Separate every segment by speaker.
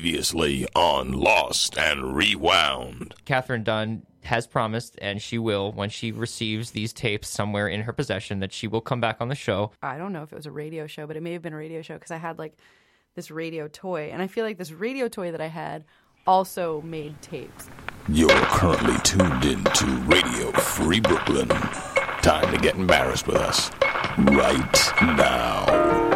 Speaker 1: Previously on Lost and Rewound.
Speaker 2: Catherine Dunn has promised, and she will, when she receives these tapes somewhere in her possession, that she will come back on the show.
Speaker 3: I don't know if it was a radio show, but it may have been a radio show because I had like this radio toy. And I feel like this radio toy that I had also made tapes.
Speaker 1: You're currently tuned in to Radio Free Brooklyn. Time to get embarrassed with us right now.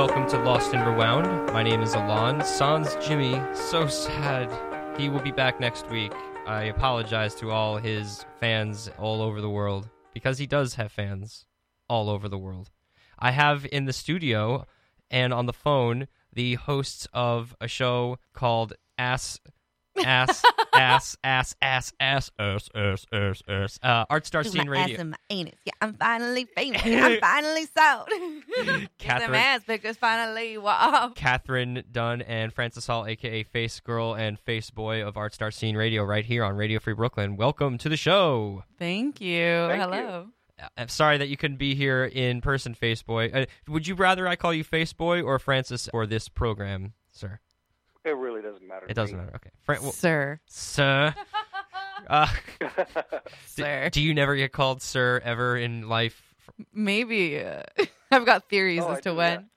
Speaker 2: Welcome to Lost and Rewound. My name is Alon. Sans Jimmy, so sad. He will be back next week. I apologize to all his fans all over the world because he does have fans all over the world. I have in the studio and on the phone the hosts of a show called Ass Ass Ass Ass Ass Ass Ass Ass Ass Ass uh, Art Star
Speaker 4: Through
Speaker 2: Scene
Speaker 4: my ass
Speaker 2: Radio.
Speaker 4: and my anus. Yeah, I'm finally famous. I'm finally sold. Some
Speaker 2: Catherine
Speaker 4: ass pictures finally were off.
Speaker 2: Catherine Dunn and Francis Hall, aka Face Girl and Face Boy of Art Star Scene Radio, right here on Radio Free Brooklyn. Welcome to the show.
Speaker 3: Thank you. Hello.
Speaker 2: Uh, I'm sorry that you couldn't be here in person, Face Boy. Uh, would you rather I call you Face Boy or Francis for this program, sir?
Speaker 5: It really doesn't matter.
Speaker 2: It doesn't matter. Okay, Fran- well,
Speaker 3: Sir.
Speaker 2: sir. Uh,
Speaker 5: matter.
Speaker 2: d-
Speaker 3: Sir.
Speaker 2: do you never get called sir ever in life?
Speaker 3: Maybe. Uh, I've got theories
Speaker 5: Oh,
Speaker 3: as
Speaker 5: I
Speaker 3: to
Speaker 5: do
Speaker 3: when.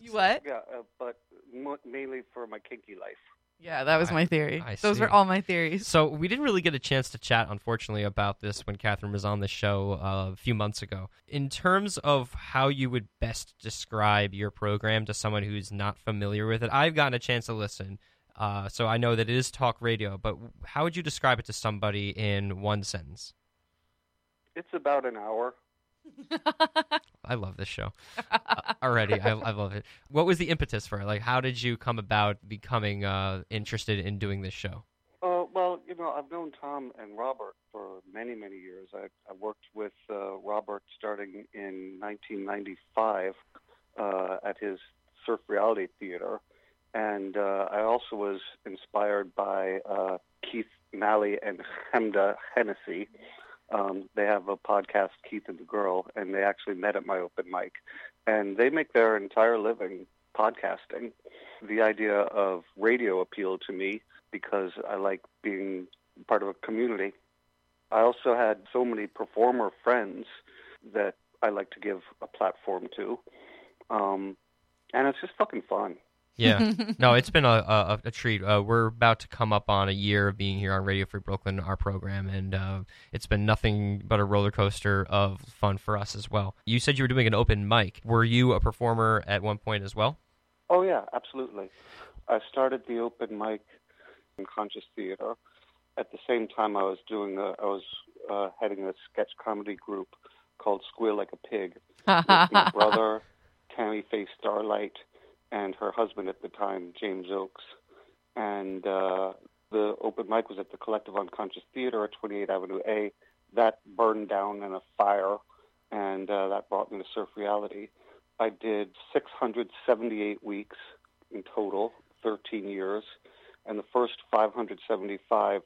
Speaker 3: You what?
Speaker 5: yeah, uh, but mo- mainly for my kinky life.
Speaker 3: Yeah, that was
Speaker 2: I-
Speaker 3: my theory.
Speaker 2: I
Speaker 3: Those were
Speaker 2: see.
Speaker 3: all my theories.
Speaker 2: So we didn't really get a chance to chat, unfortunately, about this when Catherine was on the show uh, a few months ago. In terms of how you would best describe your program to someone who's not familiar with it, I've gotten a chance to listen, uh, so I know that it is talk radio. But how would you describe it to somebody in one sentence?
Speaker 5: It's about an hour.
Speaker 2: I love this show Uh, already. I, I love it. What was the impetus for it? Like, how did you come about becoming uh, interested in doing this show?
Speaker 5: Uh, well, you know, I've known Tom and Robert for many, many years. I, I worked with uh, Robert starting in 1995 uh, at his Surf Reality Theater. And uh, I also was inspired by uh, Keith Malley and Hemda Hennessy. Um, they have a podcast, Keith and the Girl, and they actually met at my open mic. And they make their entire living podcasting. The idea of radio appealed to me because I like being part of a community. I also had so many performer friends that I like to give a platform to. Um, and it's just fucking fun.
Speaker 2: Yeah. no, it's been a, a, a treat. Uh, we're about to come up on a year of being here on Radio Free Brooklyn, our program, and uh, it's been nothing but a roller coaster of fun for us as well. You said you were doing an open mic. Were you a performer at one point as well?
Speaker 5: Oh, yeah, absolutely. I started the open mic in Conscious Theater. At the same time, I was doing a, I was uh, heading a sketch comedy group called Squeal Like a Pig. with my brother, Tammy Faye Starlight, and her husband at the time, James Oakes. And uh, the open mic was at the Collective Unconscious Theater at 28 Avenue A. That burned down in a fire, and uh, that brought me to surf reality. I did 678 weeks in total, 13 years, and the first 575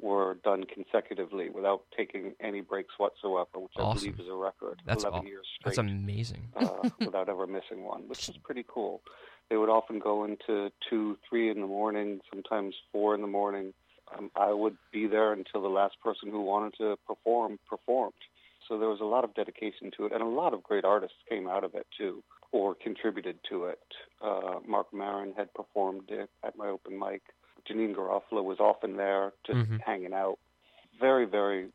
Speaker 5: were done consecutively without taking any breaks whatsoever, which
Speaker 2: Awesome.
Speaker 5: I believe is a record.
Speaker 2: That's
Speaker 5: 11
Speaker 2: aw-
Speaker 5: years straight
Speaker 2: That's amazing.
Speaker 5: uh, without ever missing one, which is pretty cool. They would often go into two, three in the morning, sometimes four in the morning. Um, I would be there until the last person who wanted to perform performed. So there was a lot of dedication to it, and a lot of great artists came out of it too, or contributed to it. Uh, Mark Maron had performed it at my open mic. Janine Garofalo was often there, just
Speaker 2: Mhm.
Speaker 5: hanging out. Very, very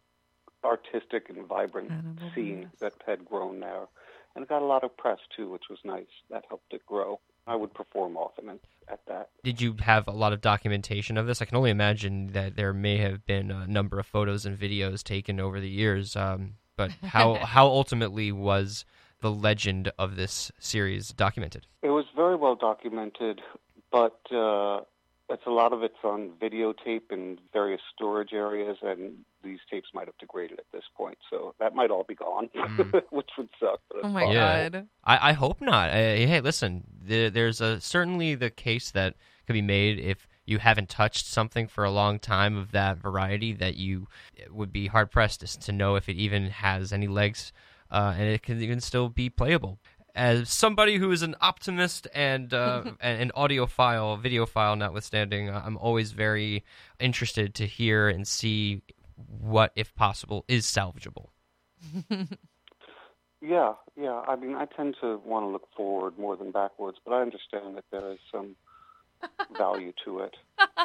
Speaker 5: artistic and vibrant
Speaker 3: Incredible,
Speaker 5: scene
Speaker 3: yes.
Speaker 5: that had grown there. And it got a lot of press too, which was nice. That helped it grow. I would perform often at- at that.
Speaker 2: Did you have a lot of documentation of this? I can only imagine that there may have been a number of photos and videos taken over the years. Um, but how how ultimately was the legend of this series documented?
Speaker 5: It was very well documented, but uh, That's a lot of it's on videotape in various storage areas, and these tapes might have degraded at this point. So that might all be gone,
Speaker 2: Mm.
Speaker 5: which would suck. But it's
Speaker 4: Oh my
Speaker 5: fine.
Speaker 2: Yeah.
Speaker 4: god.
Speaker 2: I, I hope not. Uh, hey, listen, there, there's a, certainly the case that could be made if you haven't touched something for a long time of that variety that you would be hard pressed to, to know if it even has any legs, uh, and it can even still be playable. As somebody who is an optimist and uh, and an audiophile, videophile notwithstanding, uh, I'm always very interested to hear and see what, if possible, is salvageable.
Speaker 5: Yeah, yeah. I mean, I tend to want to look forward more than backwards, but I understand that there is some value to it,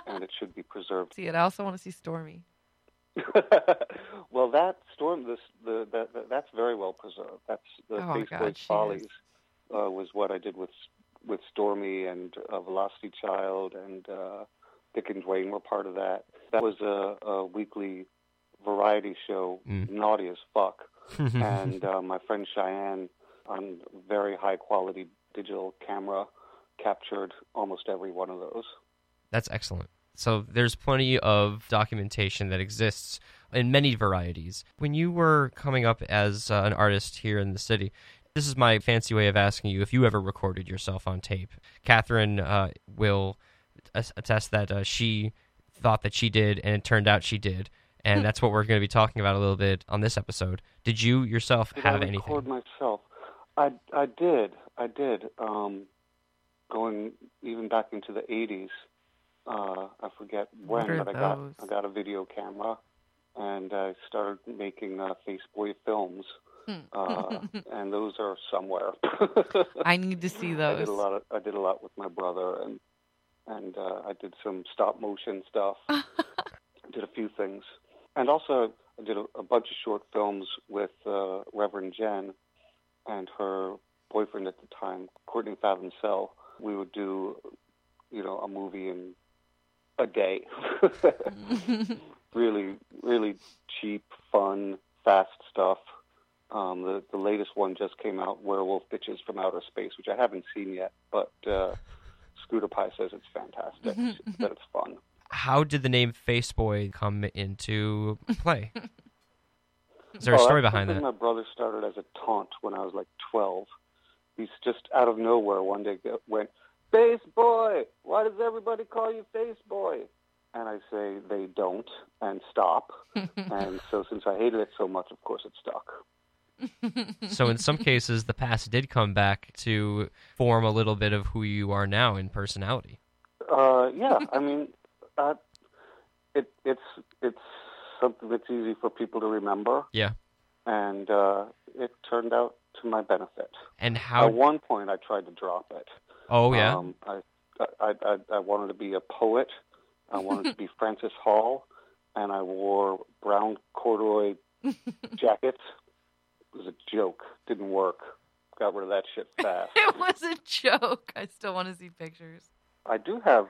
Speaker 5: and it should be preserved.
Speaker 4: See it. I also want to see Stormy.
Speaker 5: well, that storm, this, the, the, the, that's very well preserved. That's the
Speaker 4: Oh,
Speaker 5: Beach
Speaker 4: God,
Speaker 5: Boys
Speaker 4: she is.
Speaker 5: Follies uh, was what I did with with Stormy and uh, Velocity Child and uh, Dick and Dwayne were part of that. That was a, a weekly variety show,
Speaker 2: Mm.
Speaker 5: naughty as fuck, and uh, my friend Cheyenne on very high quality digital camera captured almost every one of those.
Speaker 2: That's excellent. So there's plenty of documentation that exists in many varieties. When you were coming up as uh, an artist here in the city, this is my fancy way of asking you if you ever recorded yourself on tape. Catherine uh, will as- attest that uh, she thought that she did, and it turned out she did.
Speaker 5: Hmm.
Speaker 2: And that's what we're going to be talking about a little bit on this episode. Did you yourself
Speaker 5: Did
Speaker 2: have
Speaker 5: I
Speaker 2: anything?
Speaker 5: record myself? I I did. I did. Um, going even back into the '80s. Uh, I forget when,
Speaker 4: What are
Speaker 5: but I got
Speaker 4: those?
Speaker 5: I got a video camera, and I started making uh, Faceboy films,
Speaker 4: Hmm.
Speaker 5: uh, and those are somewhere.
Speaker 4: I need to see
Speaker 5: I
Speaker 4: those.
Speaker 5: did a lot. Of, I did a lot with my brother, and and uh, I did some stop motion stuff. did a few things, and also I did a, a bunch of short films with uh, Reverend Jen and her boyfriend at the time, Courtney Fathom Cell. We would do, you know, a movie in a day. really, really cheap, fun, fast stuff. Um, the the latest one just came out, Werewolf Bitches from Outer Space, which I haven't seen yet, but uh, Scooter Pie says it's fantastic, that it's fun.
Speaker 2: How did the name Faceboy come into play? Is there a
Speaker 5: Oh,
Speaker 2: story
Speaker 5: that's
Speaker 2: behind
Speaker 5: something
Speaker 2: that?
Speaker 5: My brother started as a taunt when I was like 12. He's just out of nowhere one day go- went, Face boy, why does everybody call you Face boy? And I say, they don't, and stop. and so since I hated it so much, of course it stuck.
Speaker 2: so in some cases the past did come back to form a little bit of who you are now in personality
Speaker 5: Uh, yeah, I mean, uh, it, it's, it's something that's easy for people to remember,
Speaker 2: yeah
Speaker 5: and uh, it turned out to my benefit.
Speaker 2: and how
Speaker 5: At one point, I tried to drop it.
Speaker 2: oh yeah
Speaker 5: Um, I, I, I, I wanted to be a poet. I wanted to be Francis Hall, and I wore brown corduroy jackets. It was a joke. Didn't work. Got rid of that shit fast.
Speaker 4: it was a joke. I still want to see pictures.
Speaker 5: I do have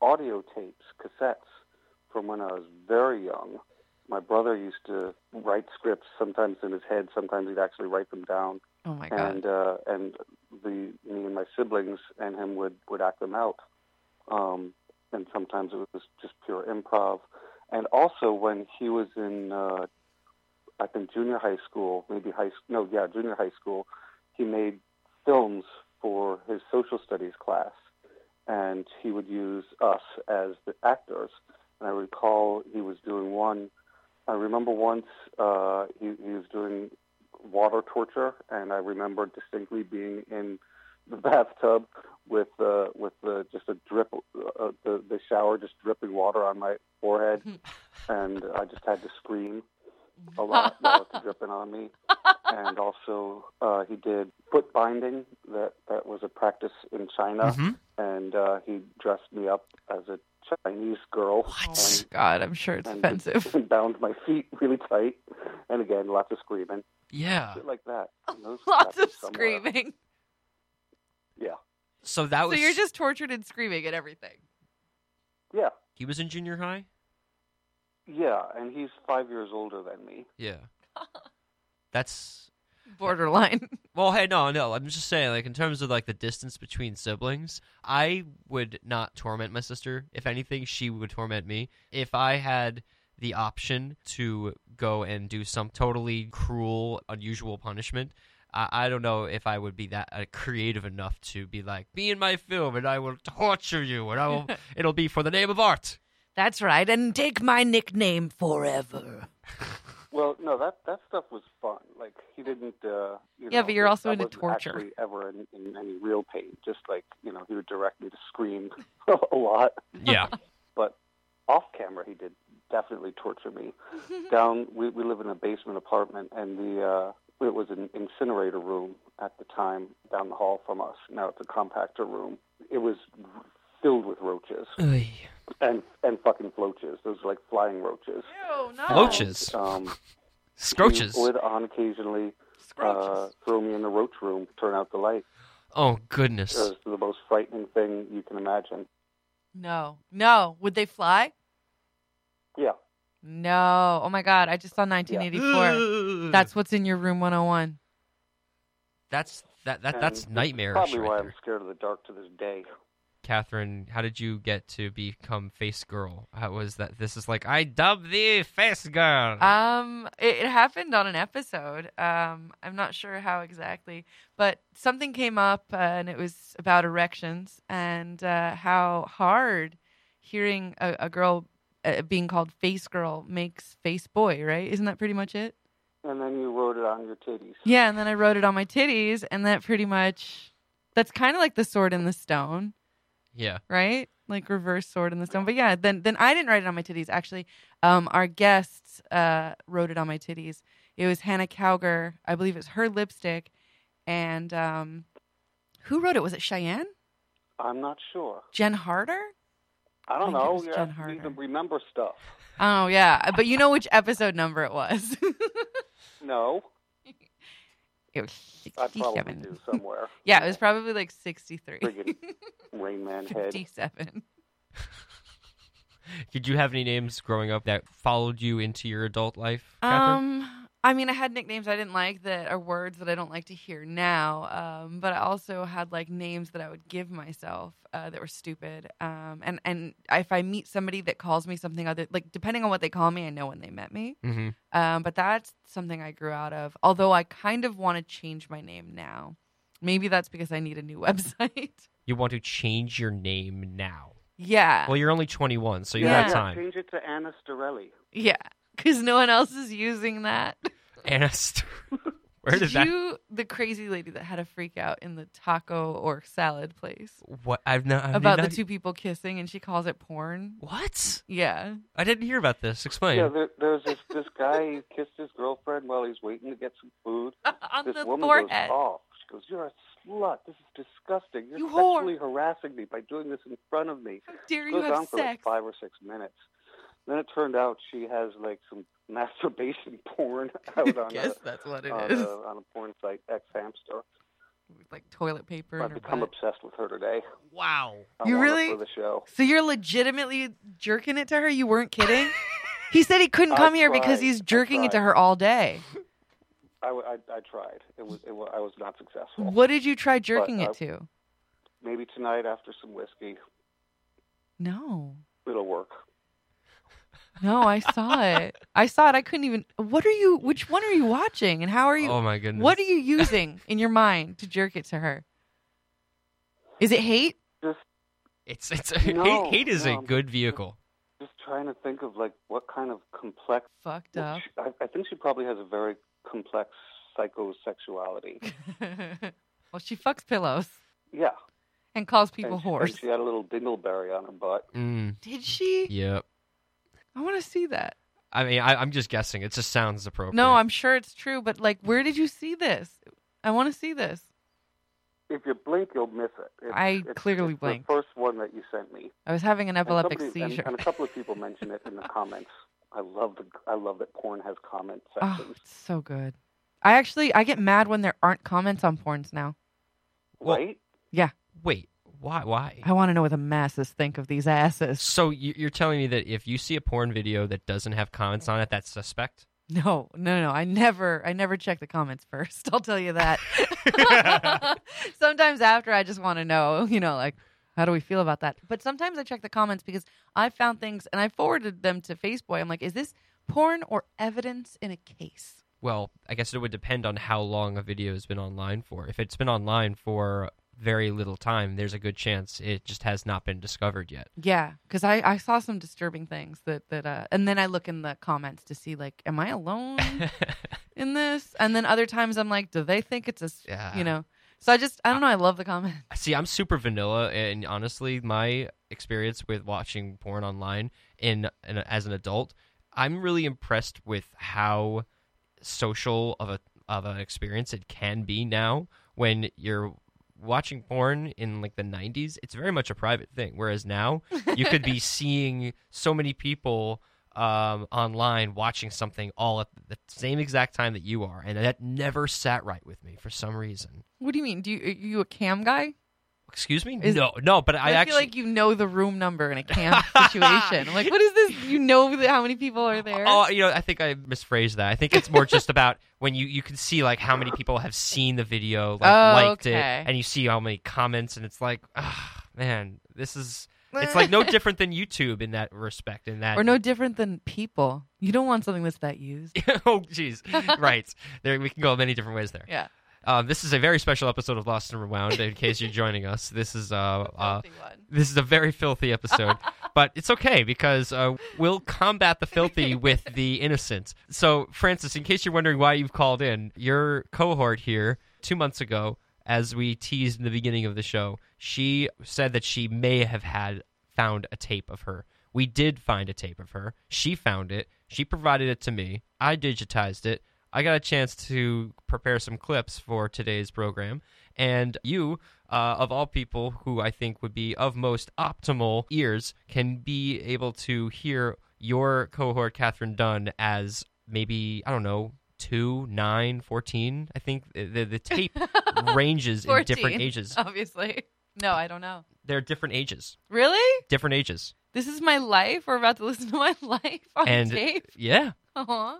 Speaker 5: audio tapes, cassettes from when I was very young. My brother used to write scripts sometimes in his head, sometimes he'd actually write them down.
Speaker 4: Oh my god.
Speaker 5: and uh, and the me and my siblings and him would would act them out. Um, and sometimes it was just pure improv. And also when he was in, uh, I think junior high school, maybe high s- no yeah junior high school, he made films for his social studies class, and he would use us as the actors. And I recall he was doing one. I remember once uh, he, he was doing water torture, and I remember distinctly being in the bathtub with uh, with uh, just a drip, uh, the the shower just dripping water on my forehead, and I just had to scream a lot while it's dripping on me. And also, uh, he did foot binding. That that was a practice in China,
Speaker 2: Mm-hmm.
Speaker 5: and uh, he dressed me up as a Chinese girl.
Speaker 4: oh my god, I'm sure it's
Speaker 5: And,
Speaker 4: offensive.
Speaker 5: and bound my feet really tight, and again, lots of screaming
Speaker 2: yeah
Speaker 5: shit like that. And those
Speaker 4: Lots of
Speaker 5: happen somewhere.
Speaker 4: screaming.
Speaker 5: Yeah,
Speaker 2: so that
Speaker 4: So
Speaker 2: was
Speaker 4: you're just tortured and screaming at everything.
Speaker 5: yeah,
Speaker 2: he was in junior high
Speaker 5: yeah. And he's five years older than me.
Speaker 2: yeah that's
Speaker 4: Borderline.
Speaker 2: Well, hey, no, no. I'm just saying, like in terms of like the distance between siblings, I would not torment my sister. If anything, she would torment me. If I had the option to go and do some totally cruel, unusual punishment, I, I don't know if I would be that uh, creative enough to be like, be in my film and I will torture you, and I will. it'll be for the name of art.
Speaker 4: That's right. And take my nickname forever.
Speaker 5: Well, no, that that stuff was fun. Like he didn't. Uh, you
Speaker 3: Yeah,
Speaker 5: know,
Speaker 3: but you're
Speaker 5: that-
Speaker 3: also
Speaker 5: that
Speaker 3: into
Speaker 5: wasn't
Speaker 3: torture.
Speaker 5: Actually, ever in, in any real pain. Just like you know, he would direct me to scream a lot.
Speaker 2: Yeah.
Speaker 5: But off camera, he did definitely torture me. Down, we we live in a basement apartment, and the uh, it was an incinerator room at the time down the hall from us. Now it's a compactor room. It was filled with roaches and and fucking floaches. Those are like flying roaches.
Speaker 2: Roaches.
Speaker 5: Um,
Speaker 2: Oh. Scroaches.
Speaker 5: He would on occasionally uh, throw me in the roach room, turn out the light.
Speaker 2: Oh
Speaker 5: It
Speaker 2: goodness.
Speaker 5: was the most frightening thing you can imagine.
Speaker 4: No. No. Would they fly?
Speaker 5: Yeah.
Speaker 4: No. Oh my God. I just saw 1984. That's what's in your room 101.
Speaker 2: that's that, that
Speaker 5: and
Speaker 2: that's
Speaker 5: it's
Speaker 2: nightmarish
Speaker 5: Probably why
Speaker 2: right
Speaker 5: I'm
Speaker 2: there.
Speaker 5: scared of the dark to this day.
Speaker 2: Catherine, how did you get to become face girl? How was that? This is like I dub thee face girl.
Speaker 4: Um, it, it happened on an episode. Um, I'm not sure how exactly, but something came up uh, and it was about erections and uh, how hard hearing a, a girl uh, being called face girl makes face boy, right? Isn't that pretty much it?
Speaker 5: And then you wrote it on your titties.
Speaker 4: Yeah, and then I wrote it on my titties, and that pretty much that's kind of like the sword in the stone,
Speaker 2: yeah.
Speaker 4: right? Like reverse sword in the stone. But yeah, then then I didn't write it on my titties. Actually, um, our guests uh, wrote it on my titties. It was Hannah Kauger, I believe it was her lipstick, and um, who wrote it? Was it Cheyenne?
Speaker 5: I'm not sure.
Speaker 4: Jen Harder?
Speaker 5: I don't
Speaker 4: I think it
Speaker 5: know.
Speaker 4: was
Speaker 5: You
Speaker 4: Jen
Speaker 5: have to
Speaker 4: Harder.
Speaker 5: even remember stuff.
Speaker 4: Oh yeah, but you know which episode number it was.
Speaker 5: No,
Speaker 4: it was
Speaker 5: I probably
Speaker 4: sixty-seven.
Speaker 5: do somewhere.
Speaker 4: Yeah, it was probably like sixty-three.
Speaker 5: Friggin' Rain Man head.
Speaker 4: Fifty-seven.
Speaker 2: Did you have any names growing up that followed you into your adult life, Catherine?
Speaker 4: Um, I mean, I had nicknames I didn't like that are words that I don't like to hear now. Um, but I also had like names that I would give myself uh, that were stupid. Um, and and if I meet somebody that calls me something other, like depending on what they call me, I know when they met me.
Speaker 2: hmm
Speaker 4: Um, but that's something I grew out of. Although I kind of want to change my name now. Maybe that's because I need a new website.
Speaker 2: You want to change your name now?
Speaker 4: yeah,
Speaker 2: Well, you're only 21, so you
Speaker 4: Uh, Yeah.
Speaker 2: have time.
Speaker 5: change it to Anna Storelli.
Speaker 4: yeah, because no one else is using that.
Speaker 2: Anna. St- Where
Speaker 4: Did
Speaker 2: does that?
Speaker 4: you, the crazy lady that had a freak out in the taco or salad place
Speaker 2: What I've not I did
Speaker 4: about the
Speaker 2: not-
Speaker 4: two people kissing and she calls it porn?
Speaker 2: What?
Speaker 4: Yeah.
Speaker 2: I didn't hear about this. Explain.
Speaker 5: Yeah, there, there's this, this guy who kissed his girlfriend while he's waiting to get some food.
Speaker 4: On
Speaker 5: this
Speaker 4: the
Speaker 5: woman
Speaker 4: forehead.
Speaker 5: goes off. She goes, "You're a slut. This is disgusting. You're
Speaker 4: You whore."
Speaker 5: sexually harassing me by doing this in front of me."
Speaker 4: How dare
Speaker 5: It
Speaker 4: you
Speaker 5: goes on
Speaker 4: have
Speaker 5: for like
Speaker 4: sex?
Speaker 5: five or six minutes. Then it turned out she has like some masturbation porn out on,
Speaker 4: guess
Speaker 5: a,
Speaker 4: that's what it
Speaker 5: on,
Speaker 4: is.
Speaker 5: a, on a porn site, X Hamster.
Speaker 4: With, like toilet paper. in
Speaker 5: I've
Speaker 4: her
Speaker 5: become
Speaker 4: butt.
Speaker 5: obsessed with her today.
Speaker 2: Wow.
Speaker 5: I
Speaker 4: You
Speaker 5: want her
Speaker 4: really-
Speaker 5: for the show?
Speaker 4: so you're legitimately jerking it to her? You weren't kidding? he said he couldn't
Speaker 5: I
Speaker 4: come here because
Speaker 5: tried.
Speaker 4: he's
Speaker 5: I
Speaker 4: jerking it to
Speaker 5: tried.
Speaker 4: her all day.
Speaker 5: I, w- I- I tried. It was, it wa I was not successful.
Speaker 4: What did you try jerking
Speaker 5: But,
Speaker 4: it to? Mm-hmm.
Speaker 5: Maybe tonight after some whiskey,
Speaker 4: No.
Speaker 5: it'll work.
Speaker 4: No, I saw it. I saw it. I couldn't even. What are you? Which one are you watching? And how are you?
Speaker 2: Oh my goodness.
Speaker 4: What are you using in your mind to jerk it to her? Is it hate?
Speaker 2: It's it's
Speaker 5: No,
Speaker 2: hate, hate is
Speaker 5: no.
Speaker 2: a good vehicle.
Speaker 5: Just trying to think of like what kind of complex
Speaker 4: Fucked
Speaker 5: Well,
Speaker 4: up.
Speaker 5: she- I, I think she probably has a very complex psychosexuality.
Speaker 4: well, she fucks pillows
Speaker 5: Yeah.
Speaker 4: and calls people
Speaker 5: and, she-
Speaker 4: horse.
Speaker 5: and she had a little dingleberry on her butt.
Speaker 2: Mm,
Speaker 4: Did she?
Speaker 2: yep.
Speaker 4: I want to see that.
Speaker 2: I mean, I, I'm just guessing. It just sounds appropriate.
Speaker 4: No, I'm sure it's true, but like, where did you see this? I want to see this.
Speaker 5: If you blink, you'll miss it. It's-
Speaker 4: I
Speaker 5: it's-
Speaker 4: clearly
Speaker 5: it's
Speaker 4: blinked.
Speaker 5: The first one that you sent me.
Speaker 4: I was having an
Speaker 5: And
Speaker 4: epileptic
Speaker 5: somebody- and-
Speaker 4: seizure.
Speaker 5: And, a couple of people mentioned it in the comments. I love the I love that porn has comment
Speaker 4: oh,
Speaker 5: sections.
Speaker 4: it's so good. I actually I get mad when there aren't comments on porns now.
Speaker 2: well-
Speaker 5: right?
Speaker 2: Wait, why? Why?
Speaker 4: I want to know what the masses think of these asses.
Speaker 2: So you- you're telling me that if you see a porn video that doesn't have comments on it, that's suspect?
Speaker 4: No, no, no. I never, I never check the comments first. I'll tell you that. sometimes after, I just want to know, you know, like, how do we feel about that? But sometimes I check the comments because I found things and I forwarded them to Faceboy. I'm like, is this porn or evidence in a case?
Speaker 2: Well, I guess it would depend on how long a video has been online for. If it's been online for very little time, there's a good chance it just has not been discovered yet.
Speaker 4: Yeah, because I, I saw some disturbing things that that, uh, and then I look in the comments to see like, am I alone in this? And then other times I'm like, do they think it's a, s-
Speaker 2: Yeah.
Speaker 4: you know? So I just, I don't know. I love the comments.
Speaker 2: See, I'm super vanilla, and honestly, my experience with watching porn online in, in as an adult, I'm really impressed with how social of a of an experience it can be now. When you're watching porn in like the 90s, it's very much a private thing. Whereas now, you could be seeing so many people um, online watching something all at the same exact time that you are, and that never sat right with me for some reason.
Speaker 4: What do you mean? Do you, are you a cam guy?
Speaker 2: Excuse me?
Speaker 4: Is-
Speaker 2: no, no, but I,
Speaker 4: I,
Speaker 2: actually
Speaker 4: feel like you know the room number in a camp situation. I'm like, what is this? You know the- how many people are there?
Speaker 2: Oh, you know, I think I misphrased that. I think it's more just about when you you can see like how many people have seen the video, like
Speaker 4: Oh,
Speaker 2: liked it,
Speaker 4: okay.
Speaker 2: and you see how many comments, and it's like, ah, man, this is it's like no different than YouTube in that respect. In that,
Speaker 4: or no different than people. You don't want something that's that used.
Speaker 2: oh, jeez, right there, we can go many different ways there.
Speaker 4: Yeah.
Speaker 2: Um, this is a very special episode of Lost and Rewound. In case you're joining us, this is uh, uh
Speaker 4: Filthy one.
Speaker 2: this is a very filthy episode, but it's okay because uh, we'll combat the filthy with the innocent. So, Francis, in case you're wondering why you've called in, your cohort here two months ago, as we teased in the beginning of the show, she said that she may have had found a tape of her. We did find a tape of her. She found it. She provided it to me. I digitized it. I got a chance to prepare some clips for today's program, and you, uh, of all people who I think would be of most optimal ears, can be able to hear your cohort, Catherine Dunn, as maybe, I don't know, 2, 9, 14. I think the, the, the tape ranges in different
Speaker 4: 14.
Speaker 2: ages.
Speaker 4: Obviously. No, I don't know.
Speaker 2: There are different ages.
Speaker 4: Really?
Speaker 2: Different ages.
Speaker 4: This is my life. We're about to listen to my life on
Speaker 2: And-
Speaker 4: tape.
Speaker 2: Yeah.
Speaker 4: Aw.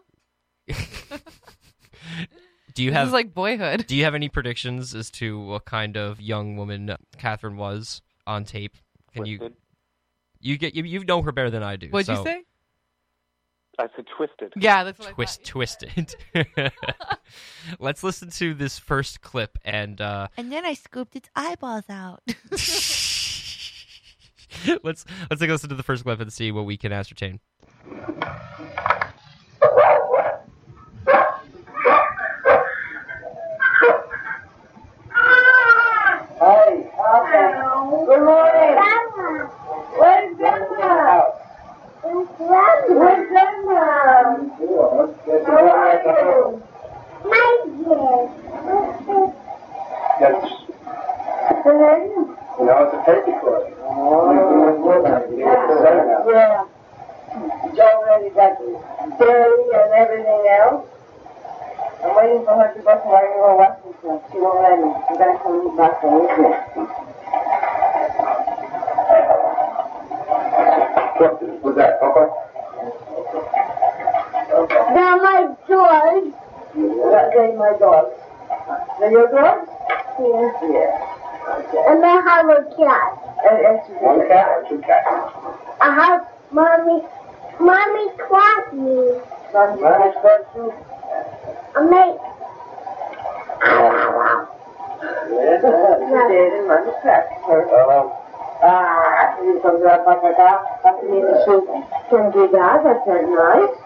Speaker 2: Do you
Speaker 4: Uh-huh. This
Speaker 2: have
Speaker 4: is like boyhood.
Speaker 2: Do you have any predictions as to what kind of young woman Catherine was on tape? Can you
Speaker 5: Twisted.
Speaker 2: you get you, you know her better than I do.
Speaker 4: What'd
Speaker 2: so-
Speaker 4: you say?
Speaker 5: I said twisted.
Speaker 4: Yeah, that's what
Speaker 2: Twist
Speaker 4: I thought.
Speaker 2: twisted. Let's listen to this first clip and uh,
Speaker 4: And then I scooped its eyeballs out.
Speaker 2: let's let's take a listen to the first clip and see what we can ascertain.
Speaker 6: Hey, Hello. Good morning. Grandma. Where's Grandma? Where's Grandma? Where's Grandma? How are you? My dear.
Speaker 7: That's,
Speaker 6: Good.
Speaker 7: you know, it's a tape recorder.
Speaker 6: Yeah.
Speaker 7: Oh.
Speaker 6: yeah. Joe already got the dairy and everything else. I'm waiting for her to go to my little Washington. She won't let me. She got to come to Boston with me.
Speaker 7: What was that, Papa?
Speaker 6: They're my dogs. They're my dogs. They're your dogs? Yes. And they have a cat. And, and
Speaker 7: One cat or two cats?
Speaker 6: I have mommy. Mommy clapped me. Mommy clapped you. I make.
Speaker 7: Yes, you did. One cat. Hello.
Speaker 6: Ah, you can grab my cat. I need to see. Can do that. That's very nice.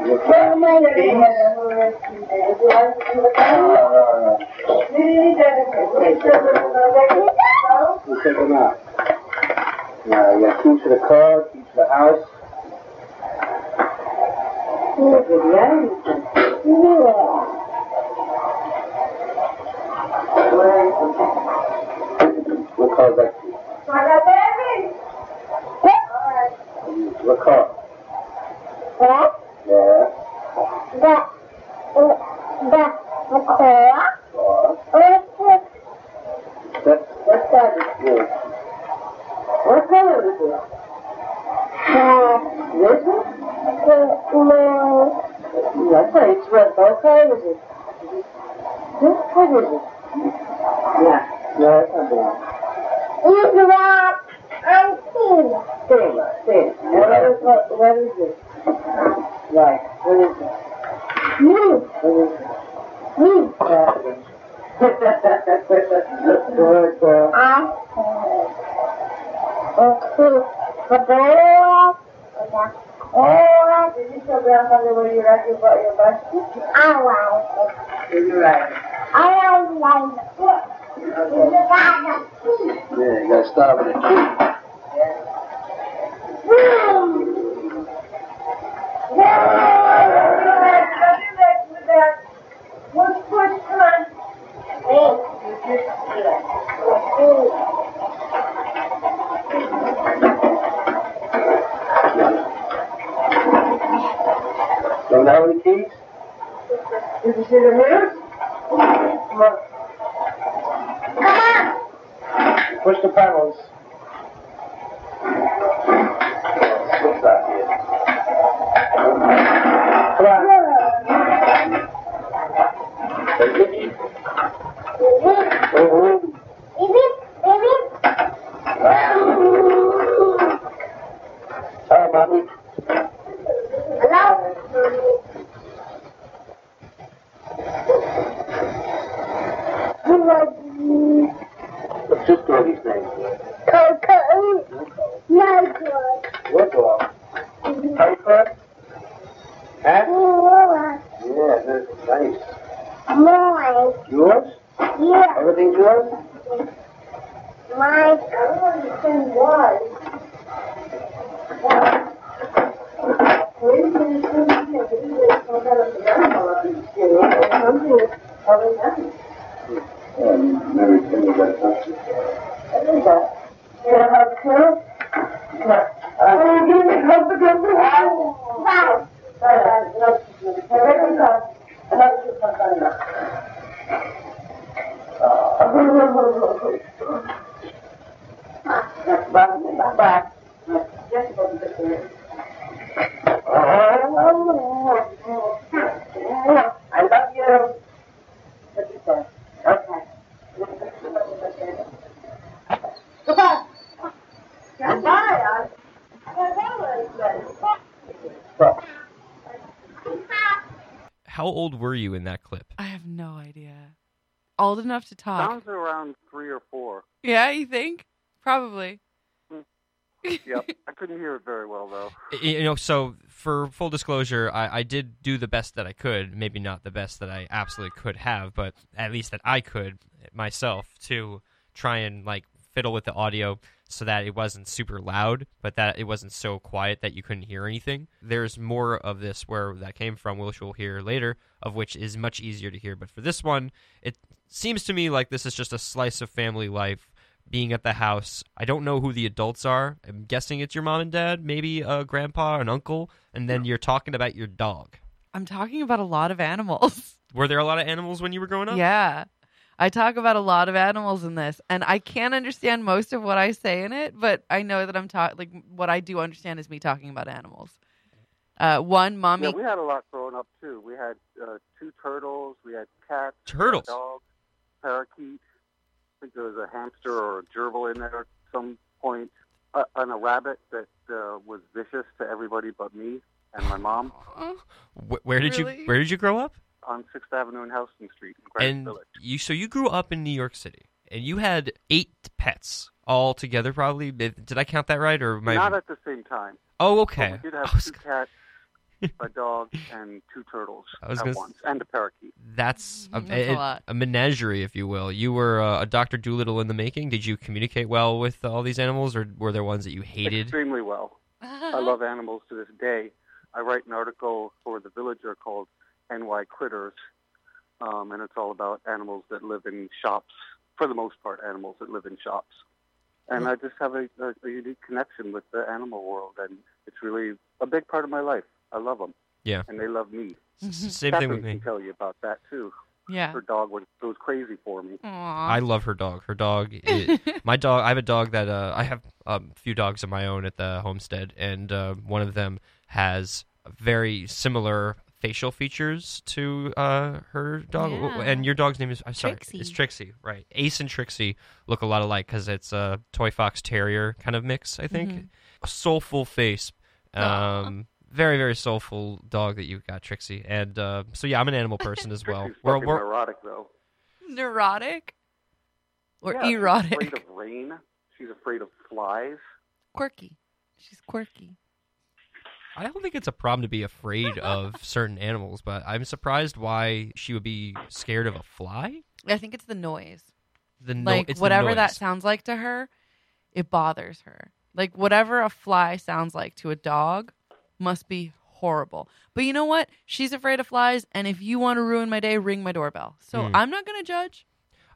Speaker 7: You
Speaker 6: They're
Speaker 7: cat?
Speaker 6: my
Speaker 7: No, no, no. You take them out. Now, you got key to the car, key to the house. We'll call back to you. We'll call.
Speaker 6: What?
Speaker 7: Yeah.
Speaker 6: the the the core
Speaker 7: Laura.
Speaker 6: or the
Speaker 7: That's, that's, yeah.
Speaker 6: what color is it? Uh, music.
Speaker 7: Yeah. No, it's not bad.
Speaker 6: You do not unseen.
Speaker 7: Sing, sing.
Speaker 6: What is, what, what is this?
Speaker 7: Right. What is it?
Speaker 6: You,
Speaker 7: What is it?
Speaker 6: you,
Speaker 7: Happening. Good girl.
Speaker 6: I, okay, the ball, oh,
Speaker 7: Did you tell grandfather where you like about your bicycle?
Speaker 6: I like it.
Speaker 7: Did you like it?
Speaker 6: I like it. You
Speaker 7: Okay.
Speaker 6: got the key.
Speaker 7: Yeah, you gotta start with a key.
Speaker 6: Boom! Yeah! One push time. Oh, you just did it. Oh.
Speaker 7: Don't have any keys?
Speaker 6: Did you see the mirror? Come on. Come on!
Speaker 7: Push the pedals. What's that here? Come on. Hey, Vicky. Mhm. Hi, mommy. What's this girl's name? What dog? Comfort? Huh? Yeah, this is nice. Yours? Everything's yours?
Speaker 6: My cousin was.
Speaker 7: Um, Mary Jane, you got something?
Speaker 6: I love you. Okay. Goodbye. Goodbye.
Speaker 7: Stop.
Speaker 2: How old were you in that clip?
Speaker 4: I have no idea. Old enough to
Speaker 5: I
Speaker 4: talk.
Speaker 5: was around three or four.
Speaker 4: Yeah, you think? Probably.
Speaker 5: Yep. I couldn't hear it very well though.
Speaker 2: Y- You know, so for full disclosure, I, I did do the best that I could. Maybe not the best that I absolutely could have, but at least that I could myself to try and like fiddle with the audio so that it wasn't super loud, but that it wasn't so quiet that you couldn't hear anything. There's more of this where that came from, which we'll hear later, of which is much easier to hear. But for this one, it seems to me like this is just a slice of family life being at the house. I don't know who the adults are. I'm guessing it's your mom and dad, maybe a grandpa, an uncle, and then you're talking about your dog.
Speaker 4: I'm talking about a lot of animals.
Speaker 2: Were there a lot of animals when you were growing up?
Speaker 4: Yeah. I talk about a lot of animals in this, and I can't understand most of what I say in it, but I know that I'm talking, like, what I do understand is me talking about animals. Uh, one, mommy.
Speaker 5: yeah, we had a lot growing up too. We had uh, two turtles. We had cats.
Speaker 2: Turtles?
Speaker 5: Dogs. Parakeet. I think there was a hamster or a gerbil in there at some point, uh, and a rabbit that uh, was vicious to everybody but me and my mom
Speaker 2: Wh- where did
Speaker 4: Really?
Speaker 2: you Where did you grow up?
Speaker 5: on Sixth Avenue and Houston Street in Greenwich
Speaker 2: and
Speaker 5: Village.
Speaker 2: you so you grew up in New York City, and you had eight pets all together. Probably Did- did I count that right or my?
Speaker 5: Not at the same time.
Speaker 2: oh,
Speaker 5: but
Speaker 2: okay.
Speaker 5: we did
Speaker 2: I
Speaker 5: have
Speaker 2: was-
Speaker 5: two cats, a dog, and two turtles
Speaker 2: I was
Speaker 5: at
Speaker 2: gonna s-
Speaker 5: once, and a parakeet.
Speaker 2: That's a,
Speaker 4: Mm-hmm. That's a
Speaker 2: a-
Speaker 4: lot.
Speaker 2: a menagerie, if you will. You were uh, a Doctor Doolittle in the making. Did you communicate well with all these animals, or were there ones that you hated?
Speaker 5: Extremely well. I
Speaker 2: Uh-huh.
Speaker 5: love animals to this day. I write an article for The Villager called NY Critters, um, and it's all about animals that live in shops, for the most part, animals that live in shops. And
Speaker 2: Mm.
Speaker 5: I just have a, a, a unique connection with the animal world, and it's really a big part of my life. I love them.
Speaker 2: Yeah.
Speaker 5: And they love me.
Speaker 8: Mm-hmm.
Speaker 2: S- s- Same thing
Speaker 5: Catherine
Speaker 2: with me.
Speaker 5: can tell you about that, too.
Speaker 4: Yeah.
Speaker 5: Her dog was, goes crazy for me.
Speaker 4: Aw.
Speaker 2: I love her dog. Her dog, i- my dog. I have a dog that uh, I have a few dogs of my own at the homestead, and uh, one of them has a very similar facial features to uh, her dog, W-
Speaker 8: Yeah.
Speaker 2: and your dog's name is I'm sorry, it's
Speaker 8: Trixie.
Speaker 2: Trixie, right? Ace and Trixie look a lot alike because it's a toy fox terrier kind of mix, I think. A soulful face,
Speaker 8: Mm-hmm. Aw.
Speaker 2: um, very very soulful dog that you got, Trixie. And uh, so yeah, I'm an animal person as well.
Speaker 5: She's
Speaker 2: We're,
Speaker 5: fucking
Speaker 2: we're
Speaker 5: neurotic though.
Speaker 4: Neurotic or
Speaker 5: Yeah, she's
Speaker 4: erotic?
Speaker 5: afraid of rain. She's afraid of flies.
Speaker 4: quirky. She's quirky.
Speaker 2: I don't think it's a problem to be afraid of certain animals, but I'm surprised why she would be scared of a fly.
Speaker 4: I think it's the noise.
Speaker 2: The no-
Speaker 4: like
Speaker 2: it's the
Speaker 4: whatever that
Speaker 2: noise.
Speaker 4: sounds like to her, it bothers her. Like whatever a fly sounds like to a dog must be horrible. But you know what? She's afraid of flies, and if you want to ruin my day, ring my doorbell. So
Speaker 2: Mm.
Speaker 4: I'm not gonna judge.